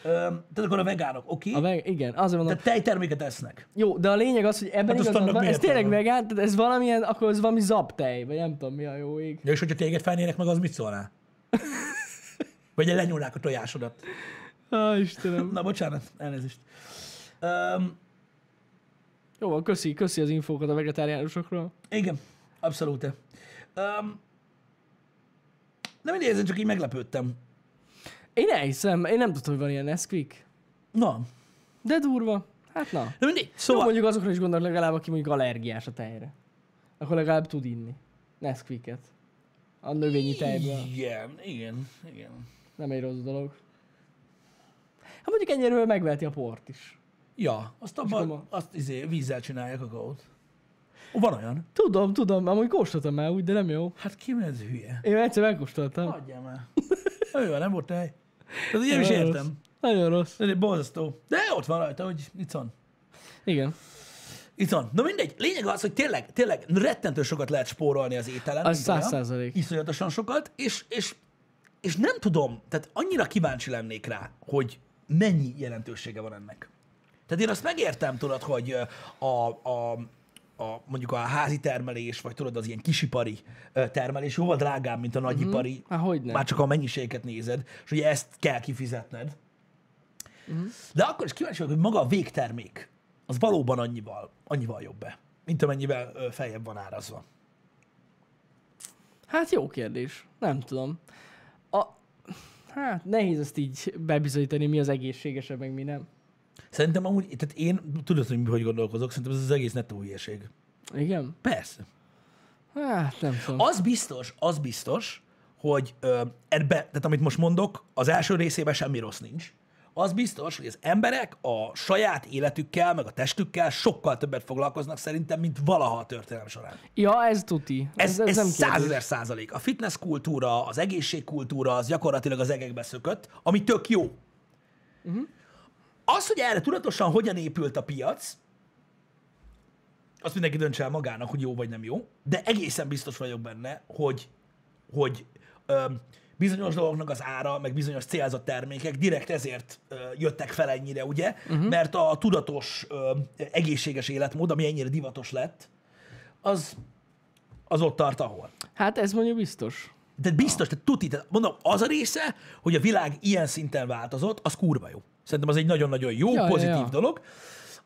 B: Ö, tehát akkor a vegánok, oké?
A: A veg- igen, azért mondom.
B: Tehát tejterméket esznek.
A: Jó, de a lényeg az, hogy ebben
B: Hát azt
A: hát igazad
B: annak
A: van, ez
B: miért
A: tényleg
B: van?
A: vegán, tehát ez valamilyen, akkor ez valami zabtej, vagy nem tudom mi a jó ég.
B: Ja, és hogyha téged felnének meg, az mit szólnál? Vagy lenyúlnák a tojásodat.
A: Á, Istenem.
B: Na, bocsánat, elnézést. Um,
A: Jó, van, köszi, köszi az infókat a vegetáriánusokról.
B: igen, abszolút. Um, nem mindegy, ezzel csak így meglepődtem.
A: Én elhiszem, én nem tudom, hogy van ilyen Nesquik.
B: Na,
A: De durva. Hát na.
B: de mindegy.
A: Jó,
B: Szóval,
A: mondjuk azokra is gondolok legalább, aki mondjuk allergiás a tejre. Akkor legalább tud inni. Nesquiket. A növényi tejből.
B: igen, igen, igen.
A: Nem egy rossz dolog. Hát mondjuk ennyire megveheti a port is.
B: Ja, azt abban,
A: Csoma.
B: azt izé, vízzel csinálják a kakaót. Ó, van olyan?
A: Tudom, tudom, amúgy kóstoltam már úgy, de nem jó.
B: Hát ki mi ez hülye?
A: Én egyszer megkóstoltam.
B: Hagyjam el. Jó, van, nem volt tej. Tehát én is értem.
A: Nagyon rossz.
B: Ez egy borzasztó. De ott van rajta, hogy itt van.
A: Igen.
B: Itt van. Na mindegy, lényeg az, hogy tényleg, tényleg rettentő sokat lehet spórolni az ételen.
A: Az
B: mint olyan.
A: száz százalék.
B: Iszonyatosan sokat, és, és, és nem tudom, tehát annyira kíváncsi lennék rá, hogy mennyi jelentősége van ennek. Tehát én azt megértem, tudod, hogy ö, a, a, a mondjuk a házi termelés, vagy tudod, az ilyen kisipari ö, termelés jóval drágább, mint a nagyipari. Mm-hmm.
A: Há, hogyne.
B: Már csak a mennyiségeket nézed, és ugye ezt kell kifizetned. De akkor is kíváncsi vagyok, hogy maga a végtermék, az valóban annyival, annyival jobb-e, mint amennyivel ö, feljebb van árazva.
A: Hát jó kérdés. Nem tudom. A... Hát nehéz ezt így bebizonyítani, mi az egészségesebb, meg mi nem.
B: Szerintem amúgy, tehát én tudod, hogy mi hogy gondolkozok, szerintem ez az egész nettó hülyeség.
A: Igen?
B: Persze.
A: Hát nem tudom.
B: Az biztos, az biztos, hogy ö, ebbe, tehát amit most mondok, az első részében semmi rossz nincs. Az biztos, hogy az emberek a saját életükkel, meg a testükkel sokkal többet foglalkoznak szerintem, mint valaha a történelem során.
A: Ja, ez tuti.
B: Ez, ez, ez
A: kérdés.
B: százezer százalék. A fitness kultúra, az egészségkultúra, az gyakorlatilag az egekbe szökött, ami tök jó. Uh-huh. Az, hogy erre tudatosan hogyan épült a piac, azt mindenki döntse el magának, hogy jó vagy nem jó, de egészen biztos vagyok benne, hogy, hogy öm, bizonyos dolgoknak az ára, meg bizonyos célzott termékek direkt ezért ö, jöttek fel ennyire, ugye? Uh-huh. Mert a tudatos, ö, egészséges életmód, ami ennyire divatos lett, az, az ott tart, ahol.
A: Hát ez mondjuk biztos.
B: Tehát biztos, tehát tuti, tehát mondom, az a része, hogy a világ ilyen szinten változott, az kurva jó. Szerintem az egy nagyon-nagyon jó,
A: Ja,
B: ja,
A: ja,
B: pozitív ja,
A: ja.
B: ja. dolog.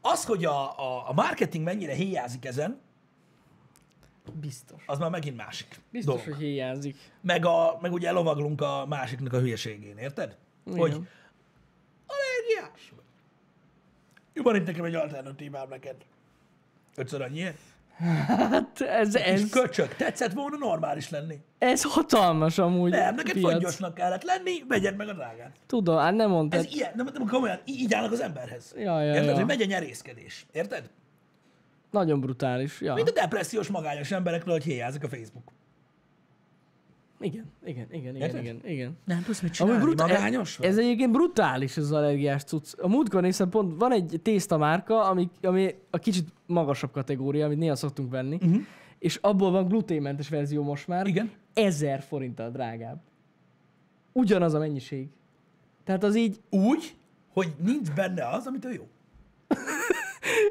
B: Az, hogy a, a, a marketing mennyire héjázik ezen,
A: Biztos.
B: az már megint másik
A: Biztos,
B: dolog.
A: hogy hiányzik.
B: Meg, a, meg ugye lovaglunk a másiknak a hülyeségén, érted?
A: Igen.
B: Hogy allergiás vagy. Jó, van itt nekem egy alternatívám neked. Ötször annyi.
A: Hát ez,
B: Ez...
A: ez,
B: És köcsög, tetszett volna normális lenni.
A: ez hatalmas amúgy.
B: Nem, neked
A: piac.
B: fontyosnak kellett lenni, vegyed meg a drágát.
A: Tudom, hát nem mondtad.
B: Ez ilyen, nem, nem komolyan, í- így állnak az emberhez.
A: Ja, ja,
B: érted?
A: ja.
B: Hogy megy a nyerészkedés. Érted?
A: Nagyon brutális. Ja.
B: Mint a depressziós magányos emberekről, hogy héjázik a Facebook.
A: Igen, igen, igen, igen,
B: Érted?
A: igen, igen.
B: Nem tudsz mit
A: Amúgy brutál- ez, ez egyébként brutális ez az allergiás cucc. A múltkor néztem pont, van egy tészta márka, ami, ami a kicsit magasabb kategória, amit néha szoktunk venni, uh-huh. és abból van gluténmentes verzió most már.
B: Igen.
A: Ezer forinttal drágább. Ugyanaz a mennyiség. Tehát az így,
B: Úgy, hogy nincs benne az, amitől jó.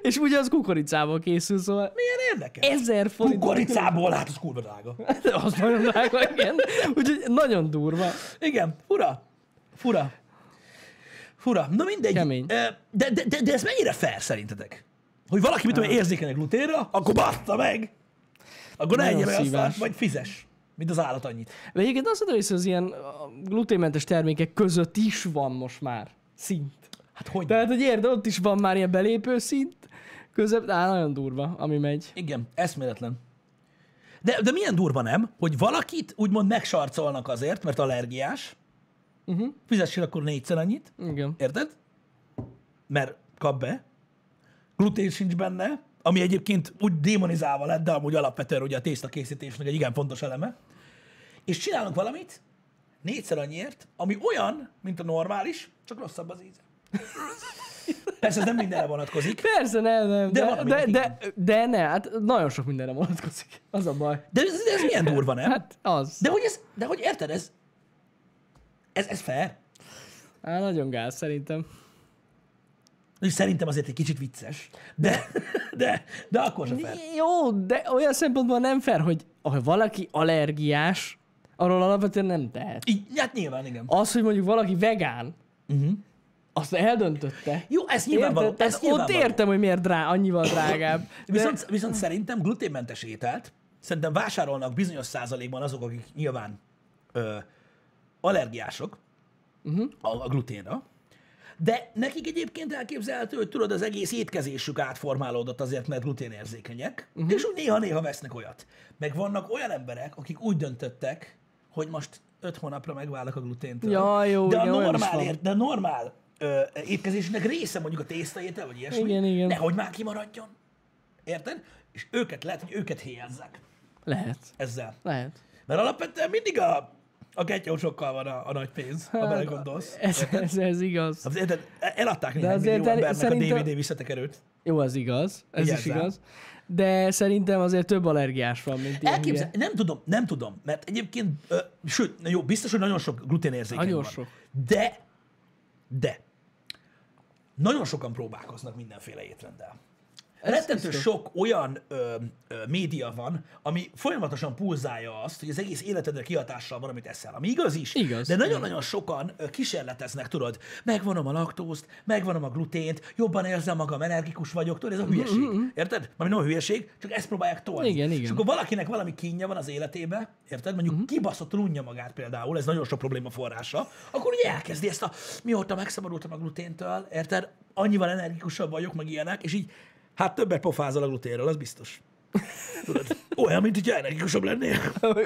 A: és ugyanaz kukoricából készül, szóval
B: Milyen érdekes?
A: ezer forint.
B: Kukoricából, hát az kurva drága.
A: Az nagyon drága, igen. Úgyhogy nagyon durva.
B: Igen, fura. Fura. Fura. Na mindegy.
A: Kemény.
B: Ö, De, de, de, de ez mennyire fair szerintetek? Hogy valaki, mit
A: Hát-
B: tudom, én, érzékeny a gluténra, akkor bassza meg! Akkor ne
A: Nagyon
B: egyél meg aztán,
A: szívás.
B: vagy fizes. Mint az állat annyit.
A: De egyébként azt mondom, hogy az ilyen a gluténmentes termékek között is van most már szint.
B: Hát hogy?
A: Tehát, hogy érted, ott is van már ilyen belépő szint, közep, á, nagyon durva, ami megy.
B: Igen, eszméletlen. De, de milyen durva nem, hogy valakit úgymond megsarcolnak azért, mert allergiás, Uh-huh. Fizessél akkor négyszer annyit,
A: Igen.
B: érted? Mert kap be. Glutén sincs benne, ami egyébként úgy démonizálva lett, de amúgy alapvetően ugye a tészta készítésnek egy igen fontos eleme. És csinálunk valamit négyszer annyiért, ami olyan, mint a normális, csak rosszabb az íze. Persze ez nem mindenre vonatkozik,
A: Persze, nem, nem. De,
B: De
A: de,
B: valamire,
A: de,
B: igen.
A: de, de ne, hát nagyon sok mindenre vonatkozik. Az a baj.
B: de ez, ez milyen durva, nem?
A: Hát az.
B: De hogy ez, de hogy érted, ez, ez, ez fair.
A: Hát nagyon gáz szerintem.
B: És szerintem azért egy kicsit vicces, de, de, de akkor sem fair.
A: Jó, de olyan szempontból nem fair, hogy ha valaki allergiás, arról alapvetően nem tehet.
B: Így, hát nyilván, igen.
A: Az, hogy mondjuk valaki vegán,
B: Uh-huh.
A: azt eldöntötte.
B: Jó, ez nyilvánvaló.
A: Érted?
B: Ez
A: Ezt ott
B: nyilvánvaló.
A: értem, hogy miért drá, annyival drágább. De,
B: Viszont, viszont szerintem gluténmentes ételt szerintem vásárolnak bizonyos százalékban azok, akik nyilván ö, allergiások
A: Mhm.
B: uh-huh. a, a gluténra, de nekik egyébként elképzelhető, hogy tudod, az egész étkezésük átformálódott azért, mert gluténérzékenyek,
A: Mhm.
B: uh-huh. és úgy néha-néha vesznek olyat. Meg vannak olyan emberek, akik úgy döntöttek, hogy most öt hónapra megválnak a gluténtől.
A: Ja, jó,
B: de,
A: igen,
B: a
A: olyan is
B: normál
A: van.
B: ér, de a normál ö, étkezésnek része mondjuk a tésztaétel, vagy ilyesmi,
A: Igen, igen.
B: nehogy már kimaradjon. Érted? És őket lehet, hogy őket hélyezzek
A: lehet,
B: ezzel.
A: lehet.
B: Mert alapvetően mindig a, a ketyósokkal van a, a nagy pénz, ha
A: Hát,
B: belegondolsz.
A: Ez, ez, ez igaz.
B: Az- érted? E- Eladták néhány
A: azért
B: millió
A: el-
B: embernek
A: szerintem-
B: a DVD visszatekerőt.
A: Jó, az igaz. Ez is
B: Vigyázzál.
A: igaz. De szerintem azért több allergiás van, mint ilyen
B: Elképzel...
A: hülye.
B: Nem tudom, nem tudom, mert egyébként, ö, sőt, na jó, biztos, hogy nagyon sok gluténérzékeny
A: Nagyon
B: van.
A: sok.
B: De, de, nagyon sokan próbálkoznak mindenféle étrenddel. Rettentő
A: biztos.
B: sok olyan ö, ö, média van, ami folyamatosan pulzálja azt, hogy az egész életedre kihatással van, amit eszel. Ami igaz is,
A: Igaz,
B: de nagyon-nagyon sokan ö, kísérleteznek, tudod. Megvanom a laktózt, megvanom a glutént, jobban érzem magam, energikus vagyok, tudod, ez a hülyeség. Érted? Ami nem a hülyeség, csak ezt próbálják tolni tolni.
A: Igen, Mhm.
B: És
A: igen.
B: akkor valakinek valami kínja van az életébe, érted? Mondjuk uh-huh. kibaszottul unja magát például, ez nagyon sok probléma forrása, akkor ugye elkezdi ezt a mióta megszabadultam a gluténtől, érted? Annyival energikusabb vagyok, meg ilyenek, és így hát többet pofázol a gluténről, az biztos. Tudod, olyan, mint hogyha energikusabb lennél.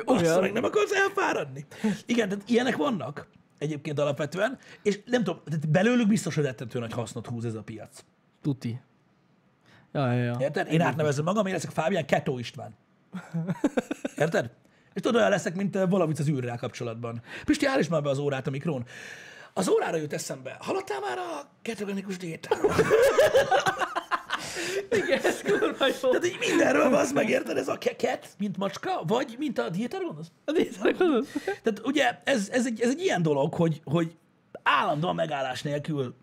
B: Olyan. meg nem akarsz elfáradni. Igen, tehát ilyenek vannak egyébként alapvetően, és nem tudom, tehát belőlük biztos, hogy rettentő nagy hasznot húz ez a piac.
A: Tuti. Ja, ja, ja.
B: Érted? Én átnevezem magam, én leszek Fábián Ketó István. Érted? És tudod, olyan leszek, mint eh, valamit az űrrel kapcsolatban. Pisti, állítsd már be az órát a mikrón. Az órára jut eszembe. Hallottál már a ketogenikus diétáról?
A: Igen, ez kurva jó.
B: Tehát így mindenről van, megérted? Ez a keket, mint macska, vagy mint a diétára gondolsz?
A: Hát így gondolod?
B: Tehát ugye ez, ez, egy, ez egy ilyen dolog, hogy, hogy állandóan megállás nélkül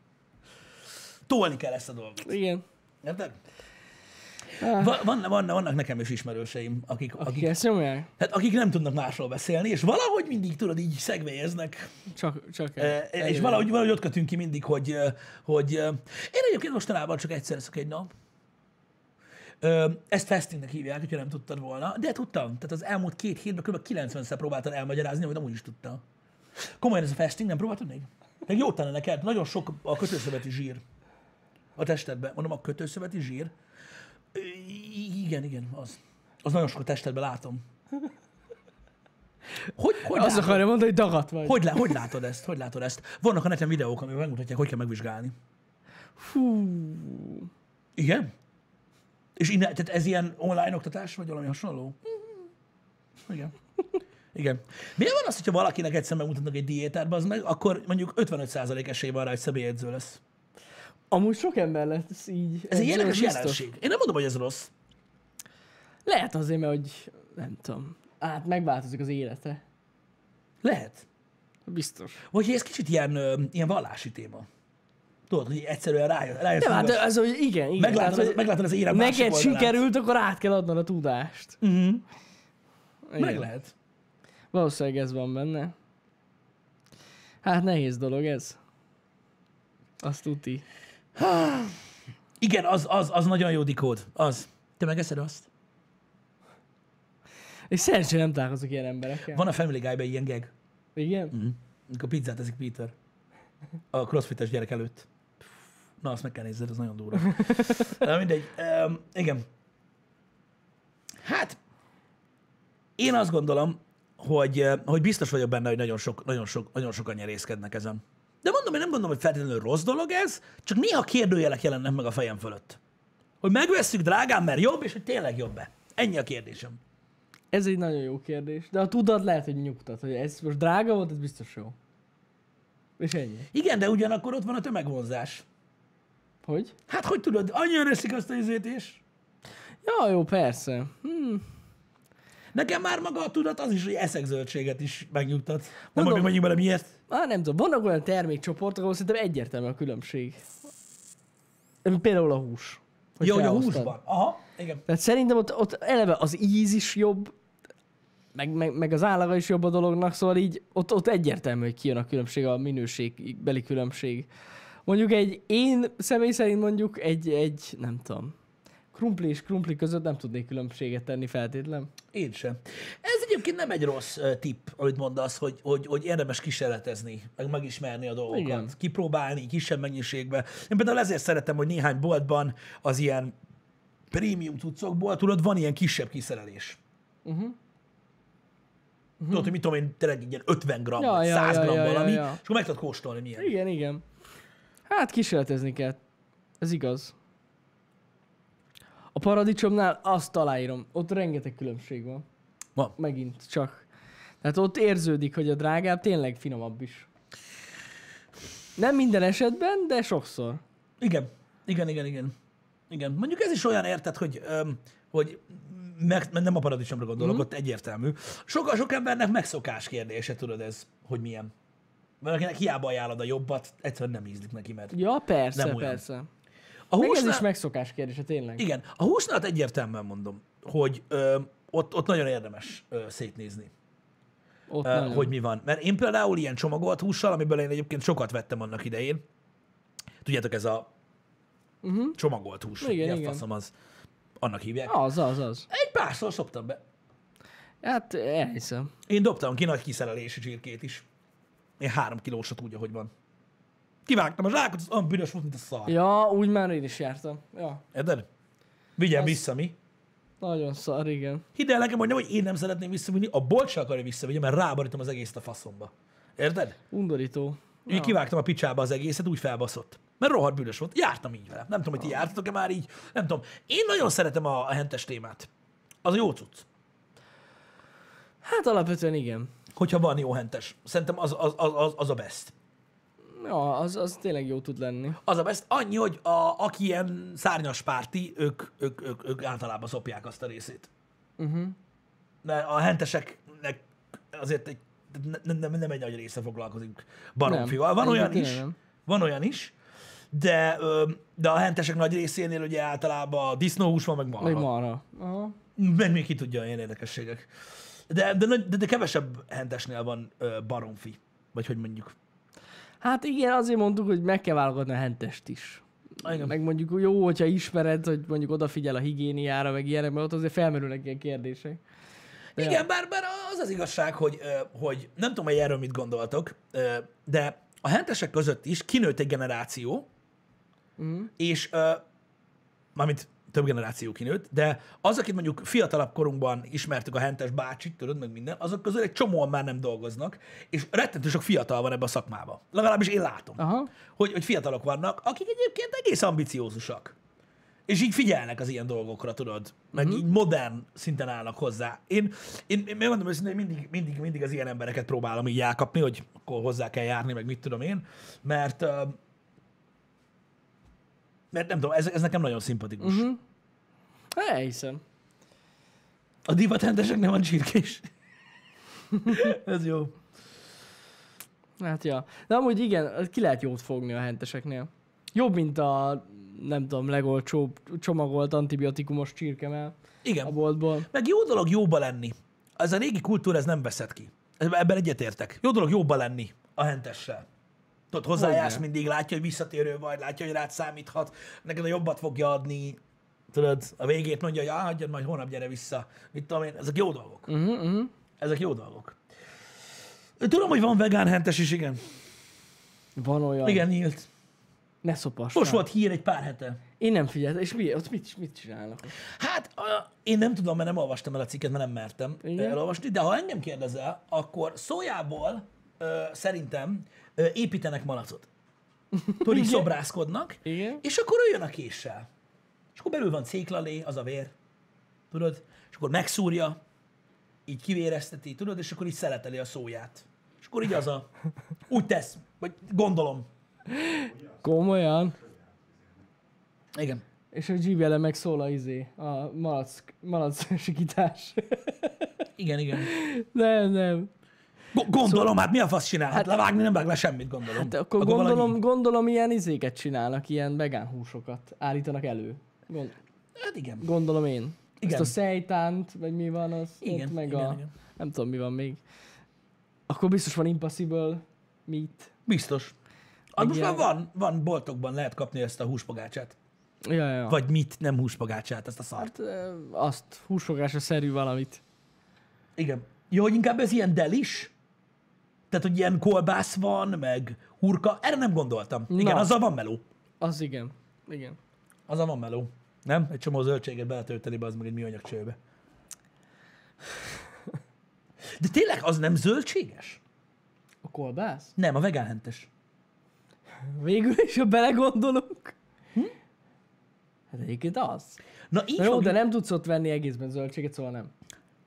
B: tolni kell ezt a dolgot.
A: Igen.
B: Érted?
A: Ah.
B: Va- Van, van, vannak nekem is ismerőseim, akik, akik
A: Ki ezt nyomják?
B: Hát akik nem tudnak másról beszélni, és valahogy mindig, tudod, így szegvélyeznek,
A: Csak, csak
B: e, és valahogy, valahogy ott kötünk ki mindig, hogy, e, hogy e, én egyébként mostanában csak egyszer eszek egy nap. Ö, Ezt fastingnek hívják, hogyha nem tudtad volna, de tudtam. Tehát az elmúlt két hétben kb. 90-szer próbáltam elmagyarázni, amit amúgy is tudtam. Komolyan ez a fasting, nem próbáltad még? Meg jó tenne neked, nagyon sok a kötőszöveti zsír a testedben. Mondom, a kötőszöveti zsír? Ö, Igen, igen, az. Az nagyon sok a testedben, látom. Hogy, hogy
A: Azt
B: látod?
A: akarja mondani, hogy dagat vagy.
B: Hogy, lá- hogy látod ezt? Hogy látod ezt? Vannak a neten videók, amiben megmutatják, hogy kell megvizsgálni.
A: Fú.
B: Igen? És innen, tehát ez ilyen online oktatás, vagy valami hasonló?
A: Mhm.
B: Igen. Igen. Miért van az, hogyha valakinek egyszer megmutatnak egy diétát, az meg, akkor mondjuk 55% esély van rá, hogy személyedző lesz.
A: Amúgy sok ember lesz így.
B: Ez egy érdekes
A: biztos.
B: jelenség. Én nem mondom, hogy ez rossz.
A: Lehet azért, mert hogy nem tudom. Hát megváltozik az élete.
B: Lehet.
A: Biztos.
B: Vagy hogy ez kicsit ilyen, ö, ilyen vallási téma. Tudod, hogy egyszerűen rájön. rájön
A: Nem, hát ez, hogy igen, igen.
B: meglátod,
A: tehát,
B: az, meglátod az érem másik
A: Neked
B: oldalát.
A: sikerült, akkor át kell adnod a tudást.
B: Mhm.
A: Igen.
B: Meg lehet.
A: Valószínűleg ez van benne. Hát nehéz dolog ez. Azt tuti.
B: Igen, az, az, az nagyon jó dikód. Az. Te megeszed azt?
A: És szerencsére nem találkozok ilyen emberekkel.
B: Van Mhm. a Family Guy-ben ilyen gag,
A: Igen?
B: amikor pizzát eszik Peter. A crossfites gyerek előtt. Na, azt meg kell nézned, ez nagyon durva. Na, mindegy. Um, igen. Hát, én azt gondolom, hogy, eh, hogy biztos vagyok benne, hogy nagyon, sok, nagyon, sok, nagyon sokan nyerészkednek ezen. De mondom, én nem gondolom, hogy feltétlenül rossz dolog ez, csak néha kérdőjelek jelennek meg a fejem fölött. Hogy megvesszük drágán, mert jobb, és hogy tényleg jobb-e. Ennyi a kérdésem.
A: Ez egy nagyon jó kérdés. De a tudat lehet, hogy nyugtat, hogy ez most drága volt, ez biztos jó. És ennyi.
B: Igen, de ugyanakkor ott van a tömegvonzás.
A: Hogy?
B: Hát hogy tudod, annyian eszik azt a izét is.
A: Ja, jó, persze. Hm.
B: Nekem már maga a tudat az is, hogy eszek zöldséget is megnyugtat. Nem
A: Mondom.
B: mondjuk, mondjuk bele miért.
A: Á, nem tudom, vannak olyan termékcsoportok, ahol szerintem egyértelmű a különbség. Például a hús. hogy
B: Jó, hogy a
A: felhoztad.
B: húsban. Aha, igen.
A: Tehát szerintem ott, ott eleve az íz is jobb, meg, meg, meg az állaga is jobb a dolognak, szóval így ott, ott egyértelmű, hogy kijön a különbség, a minőségbeli különbség. Mondjuk egy, én személy szerint mondjuk egy, egy nem tudom, krumpli és krumpli között nem tudnék különbséget tenni feltétlen.
B: Én sem. Ez egyébként nem egy rossz ö, tipp, amit mondasz, hogy, hogy, hogy érdemes kísérletezni, meg megismerni a dolgokat,
A: Igen.
B: kipróbálni kisebb mennyiségben. Én például ezért szeretem, hogy néhány boltban az ilyen prémium cuccokból, tudod, van ilyen kisebb kiszerelés.
A: Mhm.
B: Uh-huh. Tudod, hogy mit tudom én, tényleg egy ilyen 50 gram,
A: Ja,
B: ja,
A: ja,
B: 100
A: ja,
B: gram
A: ja, ja,
B: valami,
A: ja.
B: és akkor meg tudod kóstolni, milyen.
A: Igen, igen. Hát kísérletezni kell. Ez igaz. A paradicsomnál azt aláírom, ott rengeteg különbség van.
B: Van.
A: Megint csak. Tehát ott érződik, hogy a drágább tényleg finomabb is. Nem minden esetben, de sokszor.
B: Igen, igen, igen, igen. Igen. Mondjuk ez is olyan érted, hogy, öm, hogy meg, mert nem a paradicsomra gondolok,
A: Mhm.
B: ott egyértelmű. Sok, sok embernek megszokás kérdése, tudod ez, hogy milyen. Mert akinek hiába ajánlod a jobbat, egyszerűen nem ízlik neki, mert...
A: Ja, persze,
B: Nem
A: nem
B: olyan.
A: persze.
B: A
A: Meg ez
B: húsnál,
A: is megszokás kérdése, tényleg.
B: igen, a húsnál hát egyértelműen mondom, hogy ö, ott, ott nagyon érdemes ö, szétnézni.
A: Ott
B: Ö,
A: nagyon.
B: eh, hogy mi van. Mert én például ilyen csomagolt hússal, amiből én egyébként sokat vettem annak idején. Tudjátok, ez a uh-huh. csomagolt hús.
A: Igen,
B: Igen,
A: igen.
B: igen. Faszom az annak hívják.
A: Az, az, az.
B: Egy párszor szoptam be.
A: Hát elhiszem.
B: Én dobtam ki nagy kiszerelési csirkét is. Én három kilósat úgy, ahogy van. Kivágtam a zsákot, az olyan büdös volt, mint a szar. Ja.
A: Ja, úgy már én is jártam. Ja,
B: Érted? Vigyem vissza mi.
A: nagyon szar, igen.
B: Hidd el nekem, hogy nem, hogy én nem szeretném visszavinni, a bolt se akarja visszavinni, mert rábarítom az egészet a faszomba. Érted?
A: Undorító.
B: Így kivágtam a picsába az egészet, úgy felbaszott. Mert rohadt büdös volt. Jártam így vele. Nem tudom, hogy ti jártatok-e már így. Nem tudom. Én nagyon szeretem a, a hentes témát. Az jó cucc.
A: Hát alapvetően igen.
B: Hogyha van jó hentes. Szerintem az, az, az, az, az a best.
A: Ja, az, az tényleg jó tud lenni.
B: Az a best, annyi, hogy a, aki ilyen szárnyas párti, ők, ők, ők, ők általában szopják azt a részét.
A: Mhm.
B: Uh-huh. De a henteseknek azért egy, nem, nem, nem egy nagy része foglalkozik baromfival. Van
A: Nem,
B: olyan
A: egyébként
B: is,
A: nem.
B: van olyan is, de, ö, de a hentesek nagy részénél ugye általában disznóhús van, meg
A: Vagy
B: marha.
A: marha. Aha.
B: Meg még ki tudja, ilyen érdekességek. De, de, nagy- de, de kevesebb hentesnél van ö, baromfi. Vagy hogy mondjuk.
A: Hát igen, azért mondtuk, hogy meg kell válogatni a hentest is.
B: Igen.
A: Meg mondjuk jó, hogyha ismered, hogy mondjuk odafigyel a higiéniára, meg ilyenek, mert ott azért felmerülnek ilyen kérdések. Ja.
B: Igen, bár, bár az az igazság, hogy, ö, hogy nem tudom, hogy erről mit gondoltok, ö, de a hentesek között is kinőtt egy generáció, mm. és ö, mármint több generáció kinőtt, de az, akit mondjuk fiatalabb korunkban ismertük a hentes bácsit, tudod, meg minden, azok közül egy csomóan már nem dolgoznak, és rettentő sok fiatal van ebbe a szakmába. Legalábbis én látom,
A: Aha.
B: hogy, hogy fiatalok vannak, akik egyébként egész ambiciózusak. És így figyelnek az ilyen dolgokra, tudod? Meg mm-hmm. így modern szinten állnak hozzá. Én, én, én megmondom őszintén, hogy mindig, mindig, mindig az ilyen embereket próbálom így elkapni, hogy akkor hozzá kell járni, meg mit tudom én, mert ö, mert nem tudom, ez, ez nekem nagyon szimpatikus. Mm-hmm.
A: Hát, Elhiszem.
B: A divatrendeseknek van csirkés. ez jó.
A: Hát ja. De amúgy igen, ki lehet jót fogni a henteseknél. Jobb, mint a nem tudom, legolcsóbb csomagolt antibiotikumos csirkemel a
B: Igen.
A: boltból.
B: Meg jó dolog jóba lenni. Ez a régi kultúra, ez nem veszed ki. Ebben egyetértek. Jó dolog jóba lenni a hentessel. Tudod, hozzájársz
A: Hogyne.
B: mindig, látja, hogy visszatérő vagy, látja, hogy rád számíthat, neked a jobbat fogja adni, tudod, a végét mondja, hogy hagyjad, majd holnap gyere vissza. Mit tudom én, ezek jó dolgok.
A: Uh-huh, uh-huh.
B: Ezek jó dolgok. Tudom, hogy van vegán hentes is, igen.
A: Van olyan.
B: Igen, nyílt.
A: Ne szopass
B: Most
A: már.
B: volt hír egy pár hete.
A: Én nem figyeltem. És mi, ott mit, mit csinálnak? ott?
B: Hát a- én nem tudom, mert nem olvastam el a cikket, mert nem mertem
A: Igen.
B: Igen. elolvasni, de ha engem kérdezel, akkor szójából ö, szerintem ö, építenek malacot. Tudod, így szobrászkodnak,
A: Igen.
B: és akkor ő jön a késsel. És akkor belül van céklalé, az a vér, tudod, és akkor megszúrja, így kivérezteti, tudod, és akkor így szeleteli a szóját. És akkor így az a, úgy tesz, vagy gondolom.
A: Komolyan?
B: Igen.
A: És a gbl meg szól a izé, a malac, malac sikítás.
B: Igen, igen.
A: nem, nem.
B: Go- Gondolom, hát mi a fasz csinál? Hát levágni nem vág le semmit, gondolom.
A: De akkor,
B: valami
A: gondolom, gondolom ilyen izéket csinálnak, ilyen vegán húsokat állítanak elő. Gond,
B: Hát igen.
A: gondolom én. Igen.
B: Igen.
A: Ezt a szejtánt, vagy mi van az, igen,
B: Igen,
A: ott meg igen,
B: igen,
A: a... Igen.
B: igen.
A: Nem tudom, mi van még. Akkor biztos van Impossible Meat.
B: Biztos. Hát most
A: ilyen-
B: már van, van boltokban lehet kapni ezt a húspagácsát.
A: Ja, ja.
B: Vagy mit, nem húspagácsát, ezt a szart.
A: Hát, ö, azt, húsfogásra szerű valamit. Hát
B: Igen. Jó, hogy inkább ez ilyen delis? Tehát, hogy ilyen kolbász van, meg hurka. Erre nem gondoltam. Igen,
A: Na.
B: azzal van meló.
A: Az igen. Igen.
B: Azzal van meló. Nem? Egy csomó zöldséget beletölteni be, az meg egy műanyag csőbe. De tényleg az nem zöldséges?
A: A kolbász?
B: Nem, a vegánhentes.
A: Végül is, ha belegondolunk. Hm? Hát egyébként az.
B: Na így
A: Na jó,
B: fog...
A: de nem tudsz ott venni egészben zöldséget, szóval nem.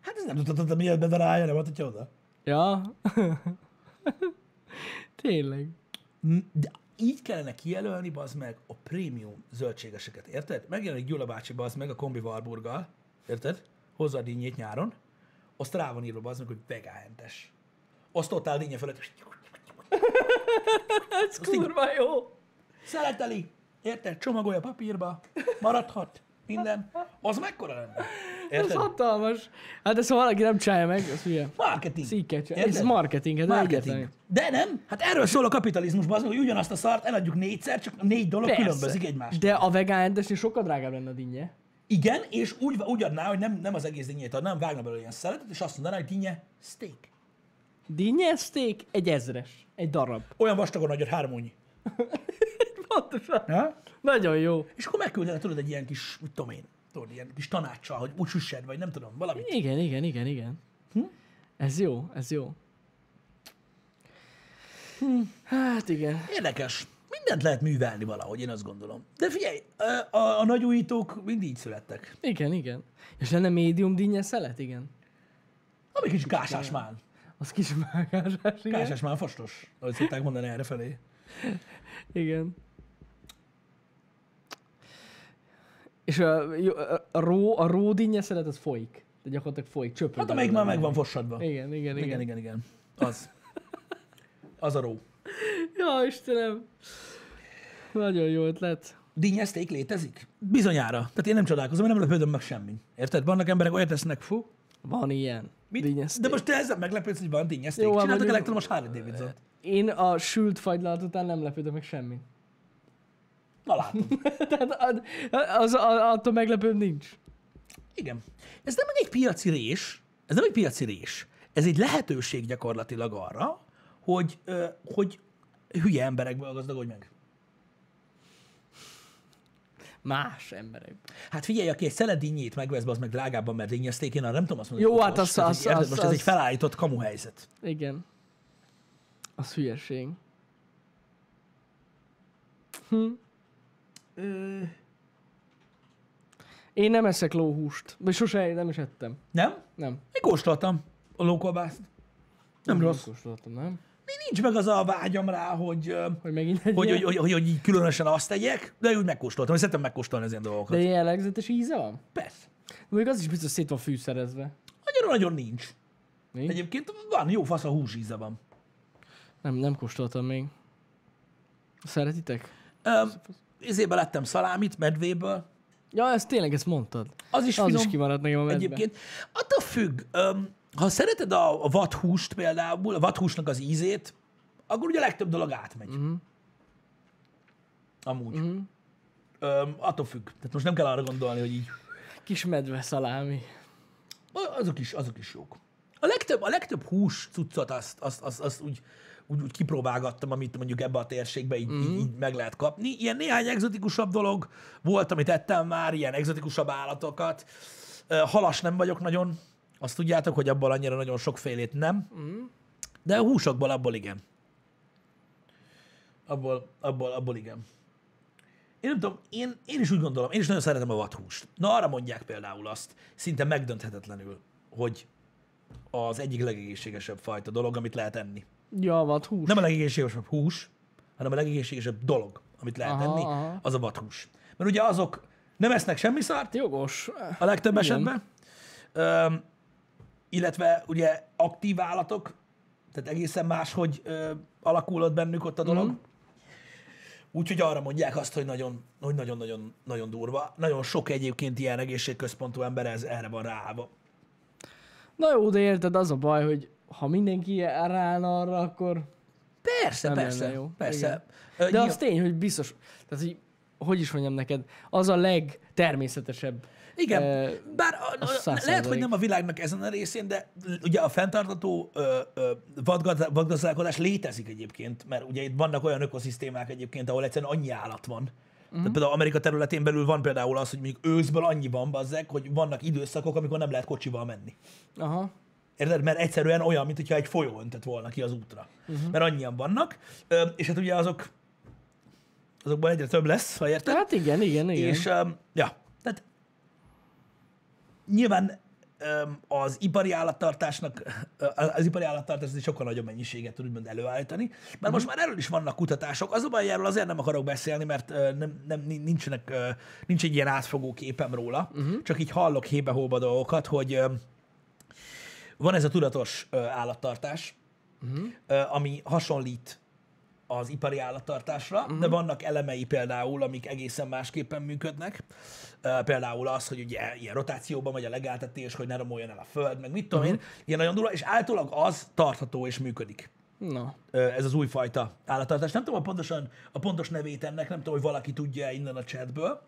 B: Hát ez nem tudhatod, mi ebben a rája, nem adhatja oda.
A: Ja. Tényleg.
B: M- De így kellene kijelölni, bazd meg, a prémium zöldségeseket, érted? Megjelenik Gyula bácsi, bazd meg, a kombi Warburggal, érted? Hozza a dinnyét nyáron, azt rá van írva, bazd meg, hogy vegánhentes. Azt ott áll dinnye fölött,
A: Ez kurva jó.
B: szereteli, érted? Csomagolja papírba, maradhat, minden. Az mekkora lenne?
A: Ez
B: Érted?
A: hatalmas. Hát ezt ha valaki nem csinálja meg, az hülye.
B: Marketing.
A: Cikket csinál.
B: Érted?
A: Ez marketing, hát
B: Marketing. De nem, hát erről szól a kapitalizmus, bazd meg, hogy ugyanazt a szart eladjuk négyszer, csak négy dolog
A: Persze.
B: különbözik egymástól.
A: De a vegán endesnél sokkal drágább lenne a dinnye.
B: Igen, és úgy, úgy adná, hogy nem, nem az egész dinnyét adná, hanem vágna belőle ilyen szeletet, és azt mondaná, hogy dinnye steak.
A: Dinnye steak egy ezres. Egy darab.
B: Olyan vastagon nagyot hármúnyi.
A: Pontosan.
B: Ha?
A: Nagyon jó.
B: És akkor megküldene tudod egy ilyen kis, mit tudom én, tudod, ilyen kis tanácssal, hogy úgy süssed, vagy nem tudom, valamit.
A: Igen, igen, igen, igen. Hm? Ez jó, ez jó. Hát igen.
B: Érdekes. Mindent lehet művelni valahogy, én azt gondolom. De figyelj, a, a, a nagyújítók mind így születtek.
A: Igen, igen. És lenne médium dinnye szelet? Igen.
B: Ami kis gásás mán.
A: Az kis mágásás, igen.
B: Gásás mán fastos, ahogy szokták mondani erre felé.
A: Igen. És a, jó, a, a ró, a ró dinnye szelet, az folyik. De gyakorlatilag folyik, csöpög.
B: Hát amelyik már
A: belőle.
B: meg van fossadva. Igen,
A: Igen, igen, igen.
B: igen, igen. igen. Az. Az a ró.
A: Ja, Istenem. Nagyon jó ötlet.
B: dinnyeszték létezik? Bizonyára. Tehát én nem csodálkozom, én nem lepődöm meg semmi. Érted? Vannak emberek, olyat esznek, fú,
A: Van ilyen. Dinnye
B: De
A: steak.
B: most te ezzel meglepődsz, hogy van dinnyeszték.
A: Jó, hát
B: Csináltak
A: mondjuk-
B: elektromos Harley davidson
A: Én a sült fagylat után nem lepődök meg semmi.
B: Na látod.
A: Tehát az, az, a- attól meglepőbb nincs.
B: Igen. Ez nem egy piaci rés, ez nem egy piaci rés. Ez egy lehetőség gyakorlatilag arra, hogy, ö, hogy hülye emberekből gazdagodj meg.
A: Más emberek.
B: Hát figyelj, aki egy szeledinnyét megvesz, az meg drágábban, mert dinnyeszték, én arra nem tudom azt mondani.
A: Jó,
B: hogy
A: hát
B: okos.
A: az-
B: Tehát,
A: az-
B: hogy érted,
A: az-
B: Most ez
A: az-
B: egy felállított kamu helyzet.
A: Igen. Az hülyeség. Hm. Én nem eszek lóhúst. Vagy sose nem is ettem.
B: Nem?
A: Nem.
B: Én kóstoltam a lókolbászt. Nem
A: Mhm.
B: rossz.
A: Kóstoltam, nem?
B: Nincs meg az a vágyam rá, hogy, ö,
A: Hogy megint egy
B: hogy,
A: ilyen.
B: hogy, hogy, hogy, hogy így különösen azt tegyek, de úgy megkóstoltam, hogy szeretem megkóstolni az ilyen dolgokat.
A: De
B: De...
A: ilyen jellegzetes íze van?
B: Persze.
A: Még az is biztos szét van fűszerezve.
B: Annyira nagyon nincs.
A: Nincs?
B: Egyébként van, jó fasz a hús íze van.
A: Nem, nem kóstoltam még. Szeretitek?
B: Öm, Izébe lettem szalámit, medvéből.
A: Ja, ezt tényleg ezt mondtad.
B: Az is
A: Az
B: finom.
A: is kimaradt nekem a medve.
B: Egyébként attól függ, öm, ha szereted a, a vadhúst például, a vadhúsnak az ízét, akkor ugye a legtöbb dolog átmegy.
A: Mhm.
B: Uh-huh. Amúgy. Uh-huh. Öm, attól függ. Tehát most nem kell arra gondolni, hogy így
A: Kis medve szalámi.
B: Azok is, azok is jók. A legtöbb, a legtöbb hús cuccot azt, azt, azt, azt úgy, úgy, úgy kipróbálgattam, amit mondjuk ebbe a térségbe így, mm. így, így meg lehet kapni. Ilyen néhány egzotikusabb dolog volt, amit ettem már, ilyen egzotikusabb állatokat. Ö, Halas nem vagyok nagyon. Azt tudjátok, hogy abból annyira nagyon sokfélét nem. Mm. De a húsokból abból igen. Abból, abból, abból igen. Én nem tudom, én, én is úgy gondolom, én is nagyon szeretem a vathúst. Na arra mondják például azt, szinte megdönthetetlenül, hogy az egyik legegészségesebb fajta dolog, amit lehet enni.
A: Ja, vad hús.
B: Nem a legegészségesebb hús, hanem a legegészségesebb dolog, amit lehet
A: Aha,
B: aha, enni,
A: aha.
B: az a vathús. Mert ugye azok nem esznek semmi szart,
A: Hát Jogos.
B: a legtöbb esetben, Öm, illetve ugye aktív állatok, tehát egészen máshogy ö, alakul ott bennük ott a dolog.
A: Mhm.
B: Mm. Úgyhogy arra mondják azt, hogy nagyon, hogy nagyon, nagyon, nagyon durva. Nagyon sok egyébként ilyen egészségközpontú ember ez erre van ráállva.
A: Na jó, de érted, az a baj, hogy ha mindenki ráállna arra, akkor
B: Persze,
A: Nem
B: nem
A: lenne
B: persze,
A: jó.
B: jó. persze.
A: Igen.
B: Ö,
A: De
B: nyilván-
A: az tény, hogy biztos, tehát hogy, hogy is mondjam neked, az a legtermészetesebb.
B: Igen,
A: Ö,
B: bár a,
A: az
B: a,
A: száz
B: lehet, hogy
A: százalék.
B: nem a világnak ezen a részén, de l- ugye a fenntartató ö, ö, vadgazda- vadgazdálkodás létezik egyébként, mert ugye itt vannak olyan ökoszisztémák egyébként, ahol egyszerűen annyi állat van. Mm-hmm.
A: Mhm.
B: Tehát például Amerika területén belül van például az, hogy mondjuk őszből annyi van, bazzek, hogy vannak időszakok, amikor nem lehet kocsival menni.
A: Aha.
B: Érted? Mert egyszerűen olyan, mint hogyha egy folyó öntött volna ki az útra.
A: Mhm.
B: Uh-huh. Mert annyian vannak, Ö, és hát ugye azok azokban egyre több lesz, ha érted?
A: Tehát Hát igen, igen, igen.
B: És, um, ja, tehát nyilván um, az ipari állattartásnak, az ipari állattartás azért sokkal nagyobb mennyiséget tud úgymond előállítani, mert uh-huh. most már erről is vannak kutatások. Az a baj, erről azért nem akarok beszélni, mert ö, nem, nem, nin- nincsenek, ö, nincs egy ilyen átfogó képem róla, uh-huh. csak így hallok hébe-hóba dolgokat, hogy ö, van ez a tudatos ö, állattartás, uh-huh. ami hasonlít az ipari állattartásra, uh-huh. de vannak elemei például, amik egészen másképpen működnek. Ö, Például az, hogy ugye ilyen rotációban vagy a legáltatés, hogy ne romoljon el a föld, meg mit tudom uh-huh. én, ilyen nagyon durva, és általában az tartható és működik
A: Na.
B: ö, ez az újfajta állattartás. Nem tudom a pontosan a pontos nevét ennek, nem tudom, hogy valaki tudja innen a chatből,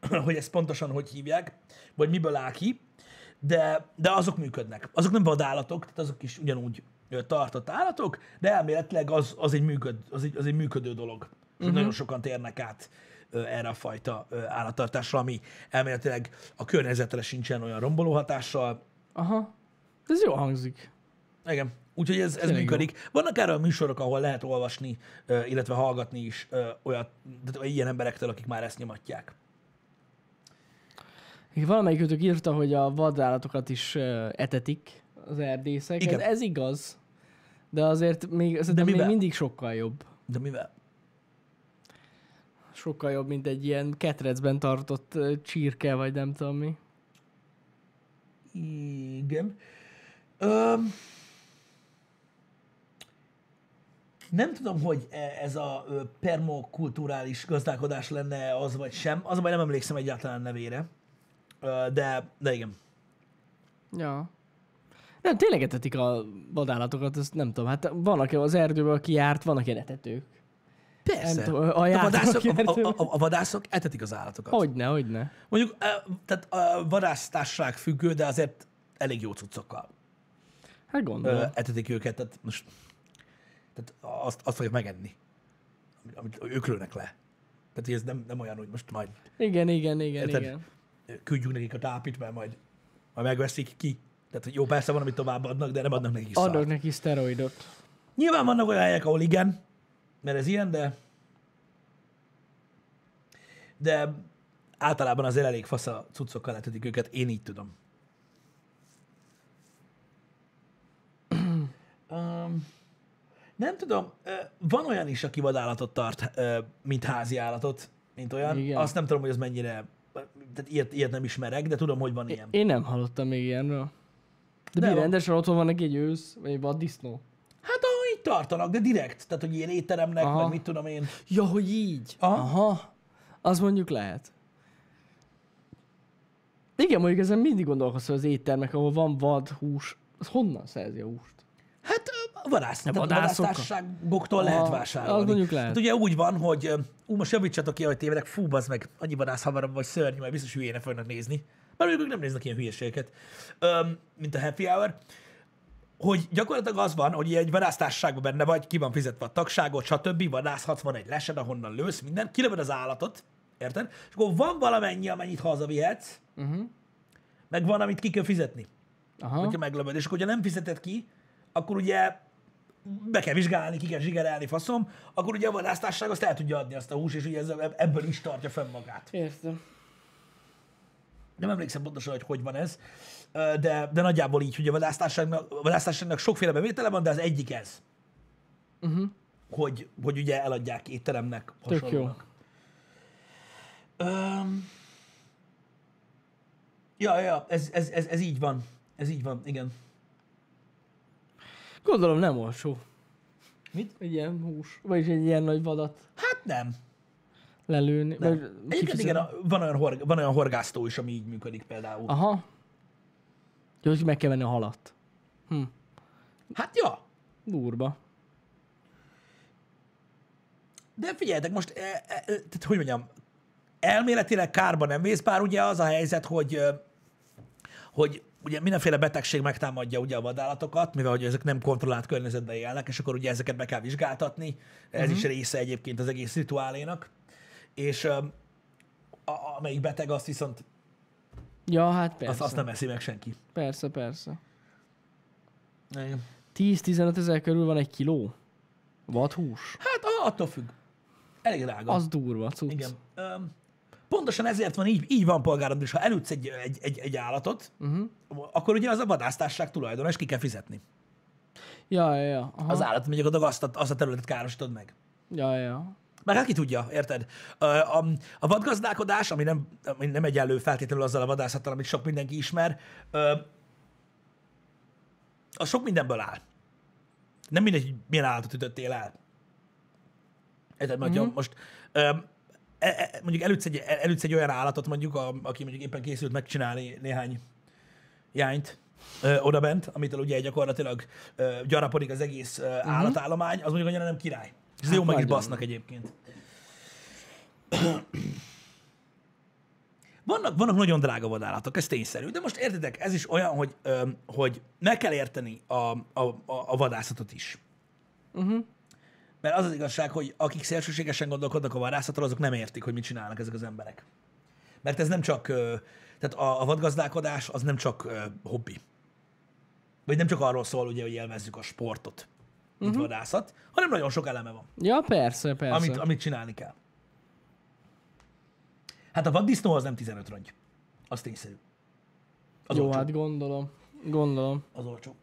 B: hogy ezt pontosan hogy hívják, vagy miből áll ki, de, de azok működnek. Azok nem vadállatok, tehát azok is ugyanúgy ö, tartott állatok, de elméletileg az, az, egy, működ, az, egy, az egy működő dolog. Uh-huh. Nagyon sokan térnek át ö, erre a fajta ö, állattartásra, ami elméletileg a környezetre sincsen olyan romboló hatással,
A: Aha. De ez jó hangzik.
B: igen. Úgyhogy ez, ez
A: Tényleg jó.
B: működik. Vannak erről műsorok, ahol lehet olvasni, ö, illetve hallgatni is ö, olyat, tehát ilyen emberektől, akik már ezt nyomatják.
A: Valamelyikőtök írta, hogy a vadállatokat is ö, etetik az erdészek.
B: Igen.
A: Ez, ez igaz. De azért még, szerintem még
B: mivel?
A: mindig sokkal jobb.
B: De mivel?
A: Sokkal jobb, mint egy ilyen ketrecben tartott ö, csirke, vagy nem tudom mi.
B: Igen. Öm, nem tudom, hogy e- ez a ö, permokulturális gazdálkodás lenne az vagy sem. Az a baj, nem emlékszem egyáltalán nevére. Ö, De, de igen.
A: Ja. Nem, tényleg etetik a vadállatokat, ezt nem tudom. Hát vannak az erdőből, aki járt, vannak ilyen etetők.
B: Persze.
A: Nem tudom, a
B: a,
A: játék-
B: vadászok, a, a, a, a vadászok etetik az állatokat.
A: Hogyne, hogyne.
B: Mondjuk, ö, tehát a vadásztárság függő, de azért elég jó cuccokkal
A: Hát
B: ö,
A: gondolom.
B: etetik őket, tehát most tehát azt, azt fogják megenni, amit, amit ők lőnek le. Tehát ez nem, nem olyan, hogy most majd
A: Igen, igen, igen,
B: Érted?
A: igen.
B: küldjük nekik a tápit, mert majd, majd megveszik ki. Tehát hogy jó, persze van, amit tovább adnak, de nem adnak nekik
A: Adok
B: szart.
A: neki szteroidot.
B: Nyilván vannak olyan helyek, ahol igen, mert ez ilyen, de de általában azért elég fasz a cuccokkal etetik őket, én így tudom. um, nem tudom, ö, van olyan is, aki vadállatot tart, ö, mint házi állatot, mint olyan.
A: Igen.
B: Igen. Azt nem tudom, hogy ez mennyire, tehát ilyet, ilyet nem ismerek, de tudom, hogy van ilyen.
A: Én nem hallottam még ilyenről. De,
B: De
A: de mi
B: van.
A: rendesen otthon van neki egy ősz, vagy egy vaddisznó?
B: Hát ahol így tartanak, de direkt, tehát hogy ilyen étteremnek,
A: Aha.
B: Aha. meg mit tudom én.
A: Ja, hogy így?
B: Aha.
A: Aha. Az mondjuk lehet. Igen, mondjuk ezen mindig gondolkozz, hogy az éttermek, ahol van vad, hús, az honnan szerzi a húst?
B: Hát ö, a vadász, tehát a
A: vadászokkal?
B: vadásztárságoktól lehet vásárolni.
A: az mondjuk lehet.
B: Hát ugye úgy van, hogy ö, ú, most javítsatok ki, hogy tévedek, fú, bazd meg, annyi vadász havarom vagy szörnyű, majd biztos hülyének fognak nézni. Bár ők nem néznek ilyen hülyeségeket, öm, mint a happy hour. hogy gyakorlatilag az van, hogy egy vadásztársaságban benne vagy, ki van fizetve a tagságot, stb. Vadászhatsz, van egy lesed, ahonnan lősz, minden, kilövöd az állatot, érted? És akkor van valamennyi, amennyit hazavihetsz, uh-huh.
A: Mhm.
B: meg van, amit ki kell fizetni,
A: Aha.
B: hogyha meglövöd. És akkor, hogyha nem fizeted ki, akkor ugye be kell vizsgálni, ki kell zsigerelni, faszom, akkor ugye a vadásztárság azt el tudja adni azt a hús, és ugye ez, ebből is tartja fönn magát.
A: Értem.
B: Nem emlékszem pontosan, hogy hogy van ez, ö, de, de nagyjából így, hogy a vadásztárságnak, a vadásztárságnak sokféle bevétele van, de az egyik ez. Uh-huh. Hogy, hogy ugye eladják étteremnek,
A: Mhm. jó.
B: hasonlónak. Öm, ja, ja, ez, ez, ez, ez így van. Ez így van, igen.
A: Gondolom nem olcsó.
B: Mit?
A: Egy ilyen hús, vagyis egy ilyen nagy vadat
B: Hát nem.
A: lelőni.
B: nem.
A: vagy
B: Egyébként
A: kifizetni.
B: igen, a- van olyan, horg, van olyan horgásztó is, ami így működik például. Ah.
A: Aha. Jó, hogy meg kell venni a halat.
B: Hát ja,
A: Durva.
B: De figyeljetek, most, e, e, e, tehát hogy mondjam, elméletileg kárba nem vész, bár ugye az a helyzet, hogy, ö, hogy ugye mindenféle betegség megtámadja ugye a vadállatokat, mivel hogy ezek nem kontrollált környezetben élnek, és akkor ugye ezeket be kell vizsgáltatni, ez is része egyébként az egész rituálénak, és ö, a, a- amelyik beteg, azt viszont
A: Ja, hát persze.
B: azt, azt nem eszi meg senki.
A: Persze, persze.
B: Igen.
A: 10-15 ezer körül van egy kiló. Vadhús.
B: Hát a- attól függ. Elég drága.
A: Az durva, cucc.
B: Igen. Öm, pontosan ezért van így, így van polgáron, és ha elütsz egy, egy, egy, egy állatot, uh-huh. akkor ugye az a vadásztárság tulajdona, és ki kell fizetni.
A: Ja, ja, ja. Aha.
B: Az állat mondjuk oda azt, a- azt a területet károsítod meg.
A: Ja, ja.
B: Mert hát ki tudja, érted? Ö, A, a vadgazdálkodás, ami nem, ami nem egyenlő feltétlenül azzal a vadászattal, amit sok mindenki ismer, ö, az sok mindenből áll. Nem mindegy, hogy milyen állatot ütöttél el. Érted, mert mm-hmm. most ö, e, e, mondjuk elütsz egy, elütsz egy olyan állatot, mondjuk, a, aki mondjuk éppen készült megcsinálni néhány jányt ö, odabent, amitől ugye gyakorlatilag ö, gyarapodik az egész ö, állatállomány, az mondjuk annyira nem király. És hát jó meg is
A: nagyon.
B: basznak egyébként. Vannak, vannak nagyon drága vadállatok, ez tényszerű, de most értitek, ez is olyan, hogy, ö, hogy meg kell érteni a, a, a, a vadászatot is. Mert az az igazság, hogy akik szélsőségesen gondolkodnak a vadászatról, azok nem értik, hogy mit csinálnak ezek az emberek. Mert ez nem csak, ö, tehát a, a vadgazdálkodás az nem csak ö, hobbi. Vagy nem csak arról szól, ugye, hogy élvezzük a sportot, mint uh-huh. vadászat, hanem nagyon sok eleme van,
A: Ja, persze, Mhm. persze.
B: amit, amit csinálni kell. Hát a vaddisznó az nem 15 rongy. Az tényszerű. Az
A: Jó,
B: olcsó.
A: hát gondolom. Gondolom.
B: Az olcsó.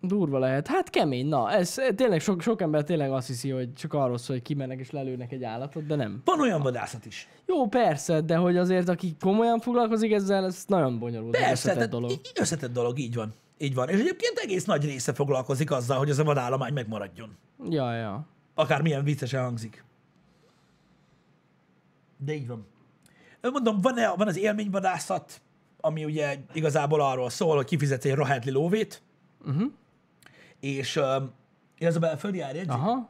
A: Durva lehet. Hát kemény, na. Ez eh, tényleg sok, sok ember tényleg azt hiszi, hogy csak arról szól, hogy kimennek és lelőnek egy állatot, de nem.
B: Van olyan vadászat is.
A: Jó, persze, de hogy azért, aki komolyan foglalkozik ezzel, ez nagyon bonyolult. egy
B: Persze,
A: összetett
B: tehát
A: dolog.
B: dolog. összetett dolog, így van. Így van. És egyébként egész nagy része foglalkozik azzal, hogy az a vadállomány megmaradjon.
A: Ja, ja.
B: Akármilyen viccesen hangzik. De így van. Ö, Mondom, van, -e, van az élményvadászat, ami ugye igazából arról szól, hogy kifizetsz egy rohedli lóvét, uh-huh.
A: Mhm.
B: és uh, ez a belföldi árjegyzék,
A: Aha.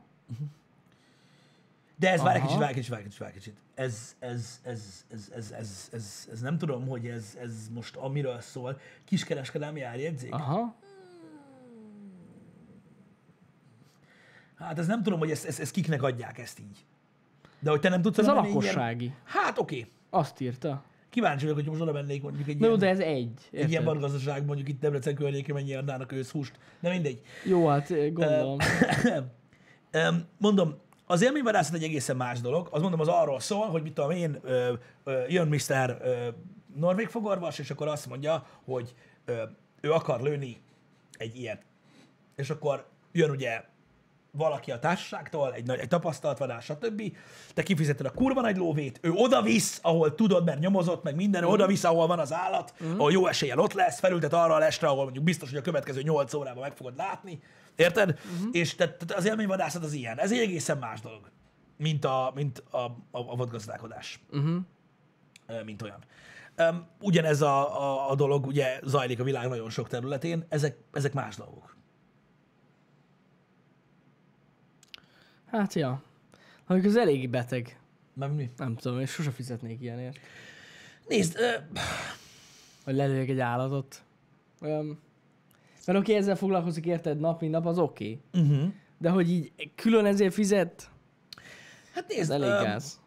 B: de ez várj
A: Ah,
B: egy
A: Aha.
B: kicsit, várj egy kicsit, várj egy kicsit, várj egy kicsit. Ez, ez, ez, ez, ez, ez, ez, ez, nem tudom, hogy ez, ez most amiről szól. Kiskereskedelmi árjegyzék?
A: Aha.
B: Hát ez nem tudom, hogy ezt, ezt, ezt kiknek adják ezt így. De hogy te nem tudsz
A: Ez a
B: oda menni egy ilyen-
A: lakossági.
B: Hát oké. Okay.
A: Azt írta.
B: Kíváncsi vagyok, hogy most oda mennék mondjuk egy
A: Na jó,
B: ilyen,
A: de ez egy.
B: egy ilyen
A: Érted?
B: bargazdaság, mondjuk itt Debrecen környékén mennyi adnának őszhúst. De mindegy.
A: Jó, hát eh, gondolom.
B: Öm, mondom, az élményvadászat egy egészen más dolog. Az mondom, az arról szól, hogy mit tudom én, ö, ö, jön Mr. Ö, Norvég fogorvos, és akkor azt mondja, hogy ö, ő akar lőni egy ilyet. És akkor jön ugye valaki a társaságtól, egy, nagy- egy tapasztalt vadás, stb. Te kifizeted a kurva nagy lóvét, ő oda visz, ahol tudod, mert nyomozott, meg minden, oda visz, ahol van az állat, ahol jó eséllyel ott lesz, felültet arra a lestre, ahol mondjuk biztos, hogy a következő 8 órában meg fogod látni, érted? És tehát tehát az élményvadászat az ilyen. Ez egy egészen más dolog, mint a, mint a, a, a vadgazdálkodás ö, mint olyan. Öm, Ugyanez a, a, a dolog ugye zajlik a világ nagyon sok területén, ezek, ezek más dolgok.
A: Hát ja. Amikor az elég beteg.
B: Nem mi?
A: Nem tudom, én sose fizetnék ilyenért.
B: Nézd, ö,
A: Hogy lelőjek egy állatot. Olyan... Mert oké, ezzel foglalkozik érted nap, mint nap, az oké.
B: Uh-huh.
A: De hogy így külön ezért fizet,
B: Hát
A: ez
B: nézd,
A: elég
B: öm,
A: gáz.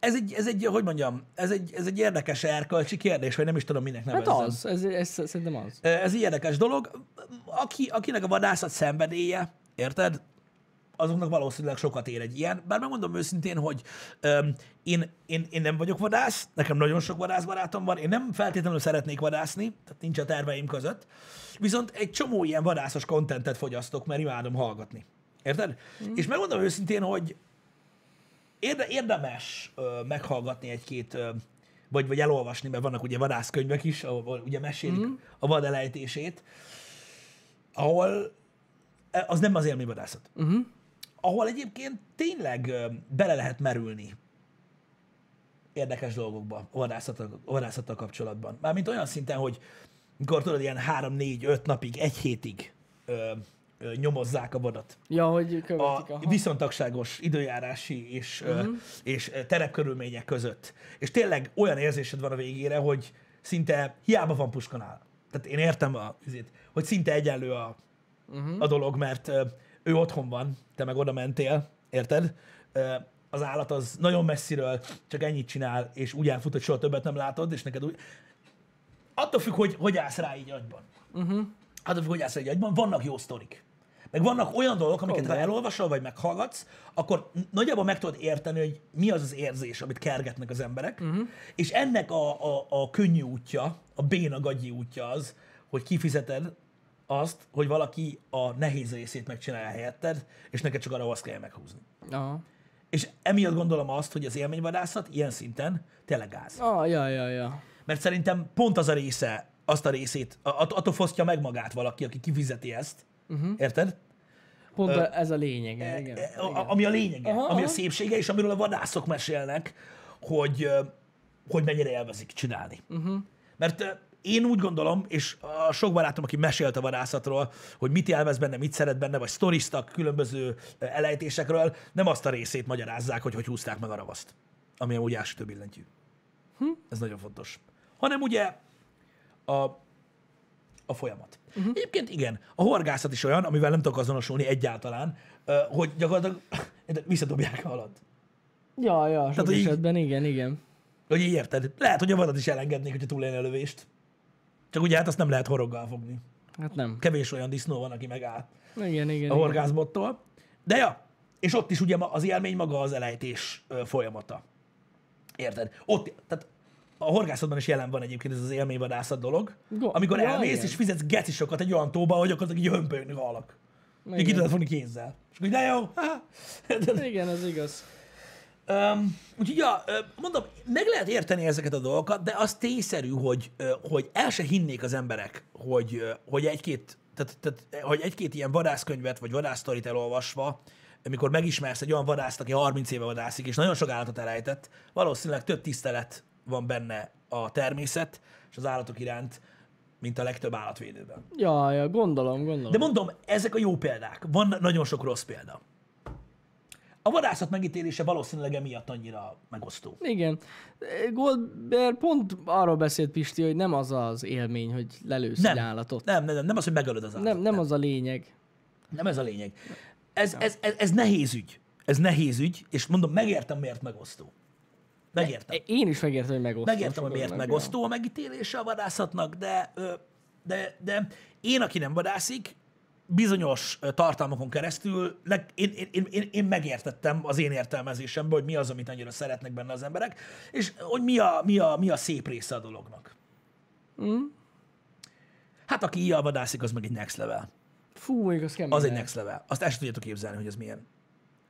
B: ez egy, ez egy, hogy mondjam, ez egy, ez egy érdekes erkölcsi kérdés, vagy nem is tudom, minek
A: Hát
B: nevezzem.
A: az, ez, ez, szerintem az.
B: Ez egy érdekes dolog. Aki, akinek a vadászat szenvedélye, érted? Azoknak valószínűleg sokat ér egy ilyen. Bár megmondom őszintén, hogy öm, én, én, én nem vagyok vadász, nekem nagyon sok vadászbarátom van, én nem feltétlenül szeretnék vadászni, tehát nincs a terveim között, viszont egy csomó ilyen vadászos kontentet fogyasztok, mert imádom hallgatni. Érted? Mm. És megmondom őszintén, hogy érde, érdemes ö, meghallgatni egy-két, ö, vagy, vagy elolvasni, mert vannak ugye vadászkönyvek is, ahol ugye mesélik mm. a vad elejtését, ahol eh, az nem az élményvadászat. Uh-huh. Ahol egyébként tényleg ö, bele lehet merülni érdekes dolgokba a vadászattal, a vadászattal kapcsolatban. Mármint olyan szinten, hogy mikor tudod, ilyen 3-4-5 napig, egy hétig ö, ö, nyomozzák a vadat
A: Ja, hogy követik
B: a
A: a...
B: viszontagságos időjárási és, uh-huh. és ö, terepkörülmények között. És tényleg olyan érzésed van a végére, hogy szinte hiába van puskanál. Tehát én értem a, izét, hogy szinte egyenlő a, uh-huh. a dolog, mert ö, ő otthon van, te meg oda mentél, érted? Ö, Az állat az nagyon messziről csak ennyit csinál, és úgy elfut, hogy soha többet nem látod, és neked úgy... Attól függ, hogy hogy állsz rá így agyban. Hát, hogy állsz egy agyban, vannak jó sztorik. Meg vannak olyan dolgok, amiket ha
A: Gondolom.
B: elolvasol, vagy meghallgatsz, akkor n- nagyjából meg tudod érteni, hogy mi az az érzés, amit kergetnek az emberek, uh-huh. és ennek a, a, a könnyű útja, a béna gagyi útja az, hogy kifizeted azt, hogy valaki a nehéz részét megcsinálja helyetted, és neked csak arra azt kell meghúzni.
A: Aha.
B: És emiatt gondolom azt, hogy az élményvadászat ilyen szinten tényleg gáz.
A: Ah, ja, ja, ja.
B: Mert szerintem pont az a része, azt a részét, a- att- attól fosztja meg magát valaki, aki kifizeti ezt. Uh-huh. Érted?
A: Pont a, ez a lényeg. Igen, igen.
B: E, a- a- Ami a lényege,
A: Aha,
B: aha, ami a
A: aha.
B: szépsége, és amiről a vadászok mesélnek, hogy, ö, hogy mennyire élvezik csinálni.
A: Mhm.
B: Uh-huh. Mert ö, én úgy gondolom, és a sok barátom, aki mesélt a vadászatról, hogy mit élvez benne, mit szeret benne, vagy sztoriztak különböző ö, elejtésekről, nem azt a részét magyarázzák, hogy hogy húzták meg a ravaszt, ami amúgy ásütő billentyű. Hm? Ez nagyon fontos. Hanem ugye a, a folyamat.
A: Mhm.
B: Uh-huh. Egyébként igen, a horgászat is olyan, amivel nem tudok azonosulni egyáltalán, ö, hogy gyakorlatilag visszadobják a halat.
A: Ja, ja, sok
B: hogy így-
A: esetben igen, igen.
B: Hogy így érted? Lehet, hogy a vadat is elengednék, hogyha túlélne a lövést. Csak ugye hát azt nem lehet horoggal fogni.
A: Hát nem.
B: Kevés olyan disznó van, aki megáll
A: Igen, igen.
B: a
A: igen.
B: horgászbottól. De ja, és ott is ugye ma- az élmény maga az elejtés ö, folyamata. Érted? Ott, tehát a horgászatban is jelen van egyébként ez az élményvadászat dolog,
A: Go-
B: amikor
A: ja,
B: elmész
A: igen.
B: és fizetsz gecisokat egy olyan tóba, hogy akkor így hömpölyögnek a halak. Még ki
A: Igen.
B: tudod fogni kézzel. És akkor így, de jó. Érted?
A: Igen, ez igaz.
B: Öm, úgyhogy, ja, ö, mondom, meg lehet érteni ezeket a dolgokat, de az tényszerű, hogy, ö, hogy el se hinnék az emberek, hogy, ö, hogy egy-két tehát, tehát, hogy egy-két ilyen vadászkönyvet vagy vadásztorit elolvasva, amikor megismersz egy olyan vadászt, aki 30 éve vadászik, és nagyon sok állatot elejtett, valószínűleg több tisztelet van benne a természet és az állatok iránt, mint a legtöbb állatvédőben.
A: Ja, ja, gondolom, gondolom.
B: De mondom, ezek a jó példák. Van nagyon sok rossz példa. A vadászat megítélése valószínűleg emiatt annyira megosztó.
A: Igen. Goldberg pont arról beszélt Pisti, hogy nem az az élmény, hogy lelősz egy állatot.
B: Nem, nem, nem, nem az, hogy megölöd az állatot.
A: Nem, nem az a lényeg.
B: nem ez a lényeg. Ez, ez, ez, ez nehéz ügy. Ez nehéz ügy, és mondom, megértem, miért megosztó. Megértem.
A: Én is megértem, hogy megosztó.
B: Megértem, hogy miért
A: sokaknak,
B: megosztó a megítélése a vadászatnak, de, ö, de, de én, aki nem vadászik, bizonyos ö, tartalmakon keresztül leg, én, én, én, én, én megértettem az én értelmezésemből, hogy mi az, amit annyira szeretnek benne az emberek, és hogy mi a, mi a, mi a szép része a dolognak. Mm. Hát aki ilyen vadászik, az meg egy next level.
A: Ja. Fú, mondjuk az kemény.
B: Az egy
A: lehet.
B: next level. Azt el sem tudjátok képzelni, hogy ez milyen.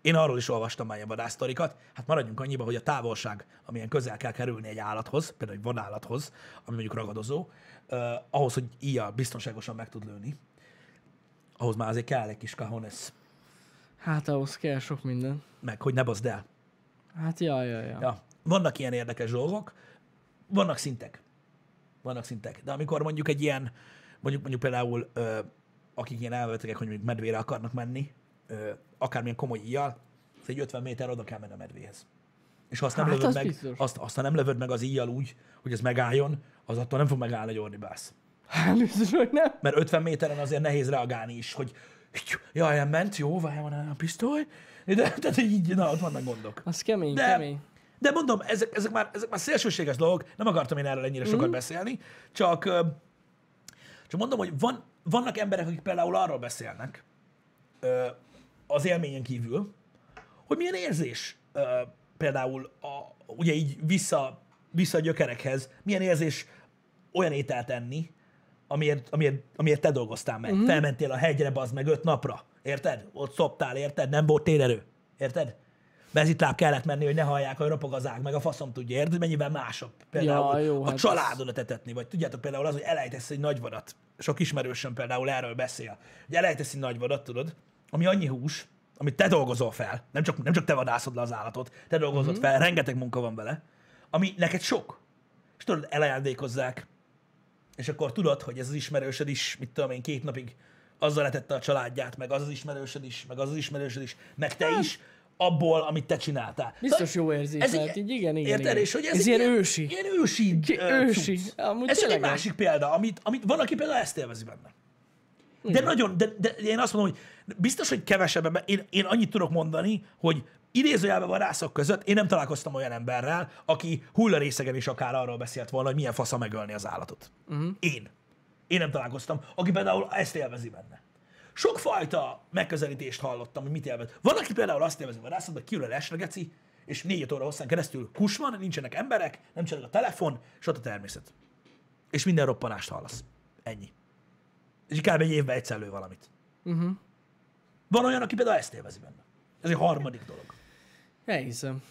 B: Én arról is olvastam már ilyen vadásztorikat. Hát maradjunk annyiba, hogy a távolság, amilyen közel kell kerülni egy állathoz, például egy vadállathoz, ami mondjuk ragadozó, uh, ahhoz, hogy ilyen biztonságosan meg tud lőni, ahhoz már azért kell egy kis kahones,
A: Hát ahhoz kell sok minden.
B: meg hogy ne bazd el.
A: Hát ja, ja, ja.
B: Ja. Vannak ilyen érdekes dolgok, vannak szintek. Vannak szintek. De amikor mondjuk egy ilyen, mondjuk, mondjuk például, ö, akik ilyen elvetegek, hogy mondjuk medvére akarnak menni, ö, akármilyen komoly íjjal, ez egy 50 méter oda kell menni a medvéhez. És ha azt nem,
A: Hát,
B: hát, lövöd
A: az
B: meg,
A: biztos.
B: azt, azt, ha nem lövöd meg az íjjal úgy, hogy ez megálljon, az attól nem fog megállni egy ordibász.
A: Hát biztos, hogy nem.
B: Mert 50 méteren azért nehéz reagálni is, hogy jaj, nem ment, jó, várj, van a pisztoly. De, tehát, hogy így, na, ott vannak gondok.
A: Az kemény,
B: De,
A: kemény.
B: de mondom, ezek, ezek, már, ezek már szélsőséges dolgok, nem akartam én erről ennyire sokat beszélni, csak, ö, csak mondom, hogy van, vannak emberek, akik például arról beszélnek, ö, az élményen kívül, hogy milyen érzés ö, például a, ugye így vissza, vissza a gyökerekhez, milyen érzés olyan ételt enni, amiért, amiért, amiért te dolgoztál
A: Mhm.
B: meg. Mm-hmm. Felmentél a hegyre, bazd meg öt napra. Érted? Ott szoptál, érted? Nem volt térerő. Érted? Mezitláb kellett menni, hogy ne hallják, hogy ropog az ág, meg a faszom tudja, érted? Mennyivel másabb. Például
A: Ja, jó,
B: a
A: hát
B: családodat etetni, vagy tudjátok például az, hogy elejtesz egy nagy vadat. Sok ismerősöm például erről beszél. Hogy elejtesz egy nagy vadat, tudod, ami annyi hús, amit te dolgozol fel, nem csak, nem csak te vadászod le az állatot, te dolgozod
A: Mhm.
B: mm-hmm. fel, rengeteg munka van vele, ami neked sok. És tudod, elajándékozzák, és akkor tudod, hogy ez az ismerősöd is, mit tudom én, két napig azzal letette a családját, meg az az ismerősöd is, meg az az ismerősöd is, meg te is, abból, amit te csináltál.
A: Biztos jó érzés,
B: Ez
A: hát
B: egy-
A: így igen, igen.
B: Érted?
A: igen.
B: És hogy ez, egy
A: ilyen ősi.
B: Ilyen ősi.
A: Ki-
B: ö,
A: ősi.
B: cucc.
A: Amúgy
B: ez csak egy
A: tényleg az.
B: másik példa, amit, amit van, aki például ezt élvezi benne. De nagyon, de, de én azt mondom, hogy biztos, hogy kevesebb, ember- én, én annyit tudok mondani, hogy idézőjelben vadászok között én nem találkoztam olyan emberrel, aki hullarészegen is akár arról beszélt volna, hogy milyen fasza megölni az állatot. Uh-huh. Én. Én nem találkoztam, aki például ezt élvezi benne. Sokfajta megközelítést hallottam, hogy mit élvez. Van, aki például azt élvezi vadászatban, kiül a lesregeci, és négy óra hosszán keresztül kus van, nincsenek emberek, nem csinálnak a telefon, és ott a természet. És minden roppanást hallasz. Ennyi és kb. egy évben egyszer lő valamit. Uh-huh.
A: Mhm.
B: Van olyan, aki például ezt élvezi benne. Ez egy harmadik dolog.
A: Elhiszem.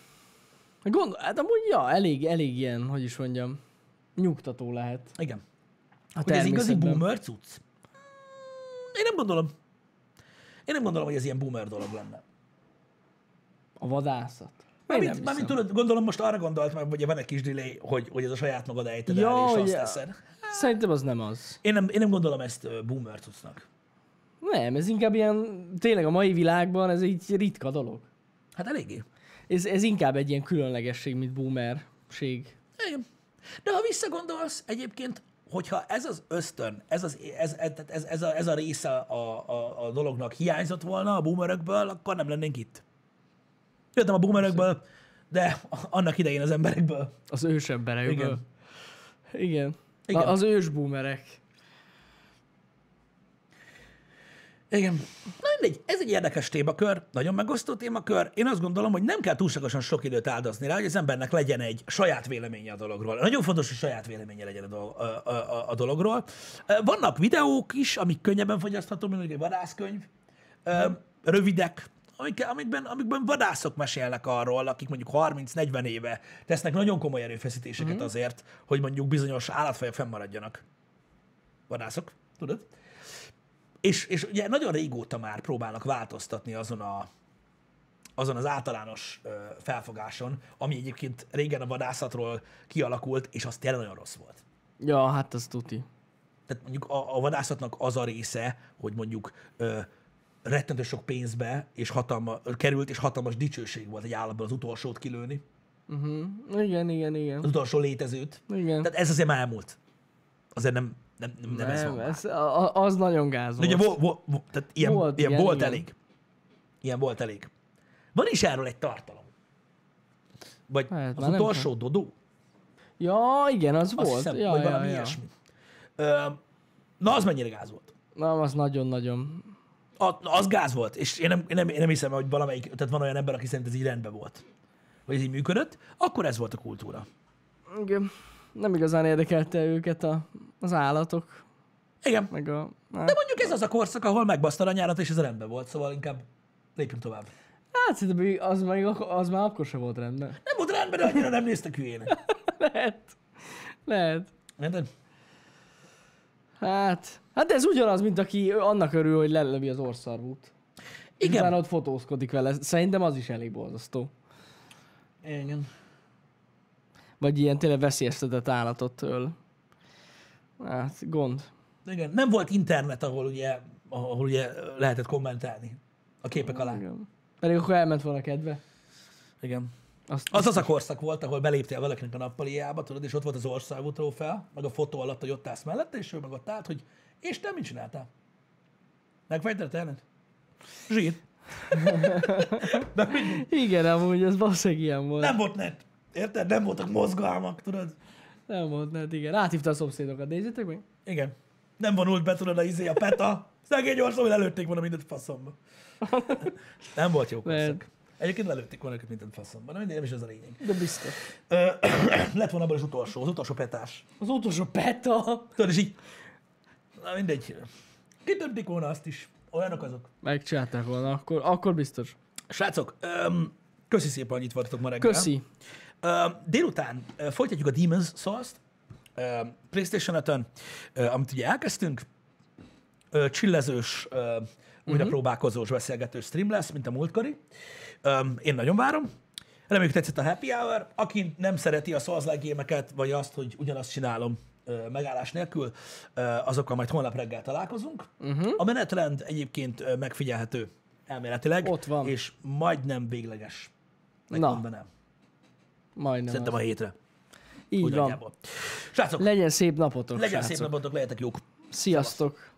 A: Gondol, hát amúgy, ja, elég, elég ilyen, hogy is mondjam, nyugtató lehet.
B: Igen.
A: A
B: Hogy ez igazi
A: természetben.
B: boomer cucc? Mm, Én nem gondolom. Én nem gondolom, hogy ez ilyen boomer dolog lenne.
A: A vadászat. Én
B: Mármint,
A: nem hiszem.
B: mármint tudod, gondolom most arra gondolt, mert ugye van egy kis delay, hogy, hogy ez a saját magad ejted
A: Ja,
B: el, és azt
A: ja.
B: teszed.
A: Szerintem az nem az.
B: Én nem, én nem gondolom ezt ö, boomer cuccnak.
A: Nem, ez inkább ilyen, tényleg a mai világban ez egy ritka dolog.
B: Hát eléggé.
A: Ez, ez inkább egy ilyen különlegesség, mint boomerség.
B: Igen. De ha visszagondolsz, egyébként, hogyha ez az ösztön, ez, az, ez, ez, tehát ez, ez, a, ez a része a, a, a dolognak hiányzott volna a boomerökből, akkor nem lennénk itt. Jöttem a boomerökből, de annak idején az emberekből.
A: Az ős emberekből.
B: Igen.
A: Igen. Igen.
B: Igen.
A: Igen. Na, az ős boomerek.
B: Igen. Na mindegy, ez egy érdekes témakör, nagyon megosztó témakör. Én azt gondolom, hogy nem kell túlságosan sok időt áldozni rá, hogy az embernek legyen egy saját véleménye a dologról. Nagyon fontos, hogy saját véleménye legyen a, dolog, a, a, a dologról. Ö, Vannak videók is, amik könnyebben fogyasztható, mint mondjuk egy vadászkönyv, Ö, rövidek, amik, amikben, amikben vadászok mesélnek arról, akik mondjuk 30-40 éve tesznek nagyon komoly erőfeszítéseket azért, hogy mondjuk bizonyos állatfajok fennmaradjanak. Vadászok, tudod? És, és ugye nagyon régóta már próbálnak változtatni azon a azon az általános ö, felfogáson, ami egyébként régen a vadászatról kialakult, és az tényleg nagyon rossz volt.
A: Ja, hát az tuti.
B: Tehát mondjuk a, a vadászatnak az a része, hogy mondjuk ö, rettentő sok pénzbe és hatalma, került, és hatalmas dicsőség volt egy állatból az utolsót kilőni,
A: Uh-huh. Igen, igen,
B: az
A: igen.
B: utolsó létezőt.
A: Igen.
B: Tehát ez azért már elmúlt. Azért nem, nem, nem, nem, nem ez van
A: nem,
B: már.
A: ez, a, a- az nagyon gáz
B: De
A: volt.
B: ugye volt, volt, volt, tehát ilyen, volt,
A: Volt
B: ilyen,
A: ilyen,
B: volt
A: igen.
B: elég. Ilyen volt elég. Van is erről egy tartalom. Vagy
A: Hát,
B: hát, az
A: már nem
B: utolsó dodó?
A: Ja, igen, az
B: Azt
A: volt.
B: hiszem,
A: ja,
B: vagy
A: ja,
B: valami
A: ja.
B: ilyesmi. Ö, na, az mennyire gáz volt?
A: Na, az nagyon-nagyon.
B: A, na, az gáz volt, és én nem, én, nem, én nem hiszem, hogy valamelyik, tehát van olyan ember, aki szerint ez így rendben volt. Vagy ez így működött, akkor ez volt a kultúra.
A: Igen. Nem igazán érdekelte őket a, az állatok,
B: Igen.
A: meg a... hát-
B: De mondjuk ez az a korszak, ahol megbasztad a nyárat, és ez rendben volt, szóval inkább lépjünk tovább.
A: Hát szerintem az, még, ak- az már akkor sem volt rendben.
B: Nem volt rendben, de annyira nem néztek hülyének.
A: Lehet. Lehet.
B: Érted?
A: Hát, hát de ez ugyanaz, mint aki annak örül, hogy lelövi az orszarvút. És
B: Igen.
A: Utána ott fotózkodik vele. Szerintem az is elég borzasztó.
B: Igen.
A: Vagy ilyen tényleg veszélyeztetett állatot öl. Hát, gond.
B: Igen, nem volt internet, ahol ugye, ahol ugye lehetett kommentálni a képek alá.
A: Igen. Pedig akkor elment volna kedve.
B: Igen.
A: Azt,
B: Az az a korszak volt, ahol beléptél valakinek a nappaliába, tudod, és ott volt az országú trófea, meg a fotó alatt, hogy ott állsz mellette, és ő meg ott állt, hogy és te mit csináltál? Megfejtett ellent? Zsír. De mindig.
A: Igen, amúgy ez valószínűleg ilyen volt.
B: Nem volt net. Érted? Nem voltak mozgalmak, tudod?
A: Nem volt, hát igen. Áthívta a szomszédokat, nézzétek meg.
B: Igen. Nem vonult be, tudod, a izé, a peta. Szegény országban előtték volna mindent faszomba. Nem volt jó korszak.
A: Lehet.
B: Egyébként lelőtték volna őket mindent faszomba. Na mindig nem is ez a lényeg.
A: De biztos.
B: Ö, lett volna abban az utolsó, az utolsó petás.
A: Az utolsó peta.
B: Tudod, és így... Na mindegy. Kitöntik volna azt is. Olyanok azok.
A: Megcsinálták volna, akkor, akkor biztos.
B: Srácok, öm, köszi szépen, hogy itt voltatok ma reggel.
A: Köszi.
B: Öm, délután ö, folytatjuk a Demon's Souls-t öm, PlayStation 5 amit ugye elkezdtünk. Ö, Csillezős, ö,
A: Mhm.
B: újra próbálkozós beszélgető stream lesz, mint a múltkori. Öm, Én nagyon várom. Reméljük tetszett a happy hour. Aki nem szereti a souls gémeket, vagy azt, hogy ugyanazt csinálom ö, megállás nélkül, ö, azokkal majd holnap reggel találkozunk.
A: Mhm.
B: Uh-huh. A menetrend egyébként ö, megfigyelhető elméletileg.
A: Ott van.
B: És majdnem végleges.
A: Na,
B: Megmondanám.
A: Majdnem.
B: Szerintem a hétre.
A: Így
B: Úgy
A: van.
B: nagyjából. Srácok,
A: Legyen szép napotok,
B: legyen
A: srácok.
B: szép napotok, legyetek jók.
A: Sziasztok.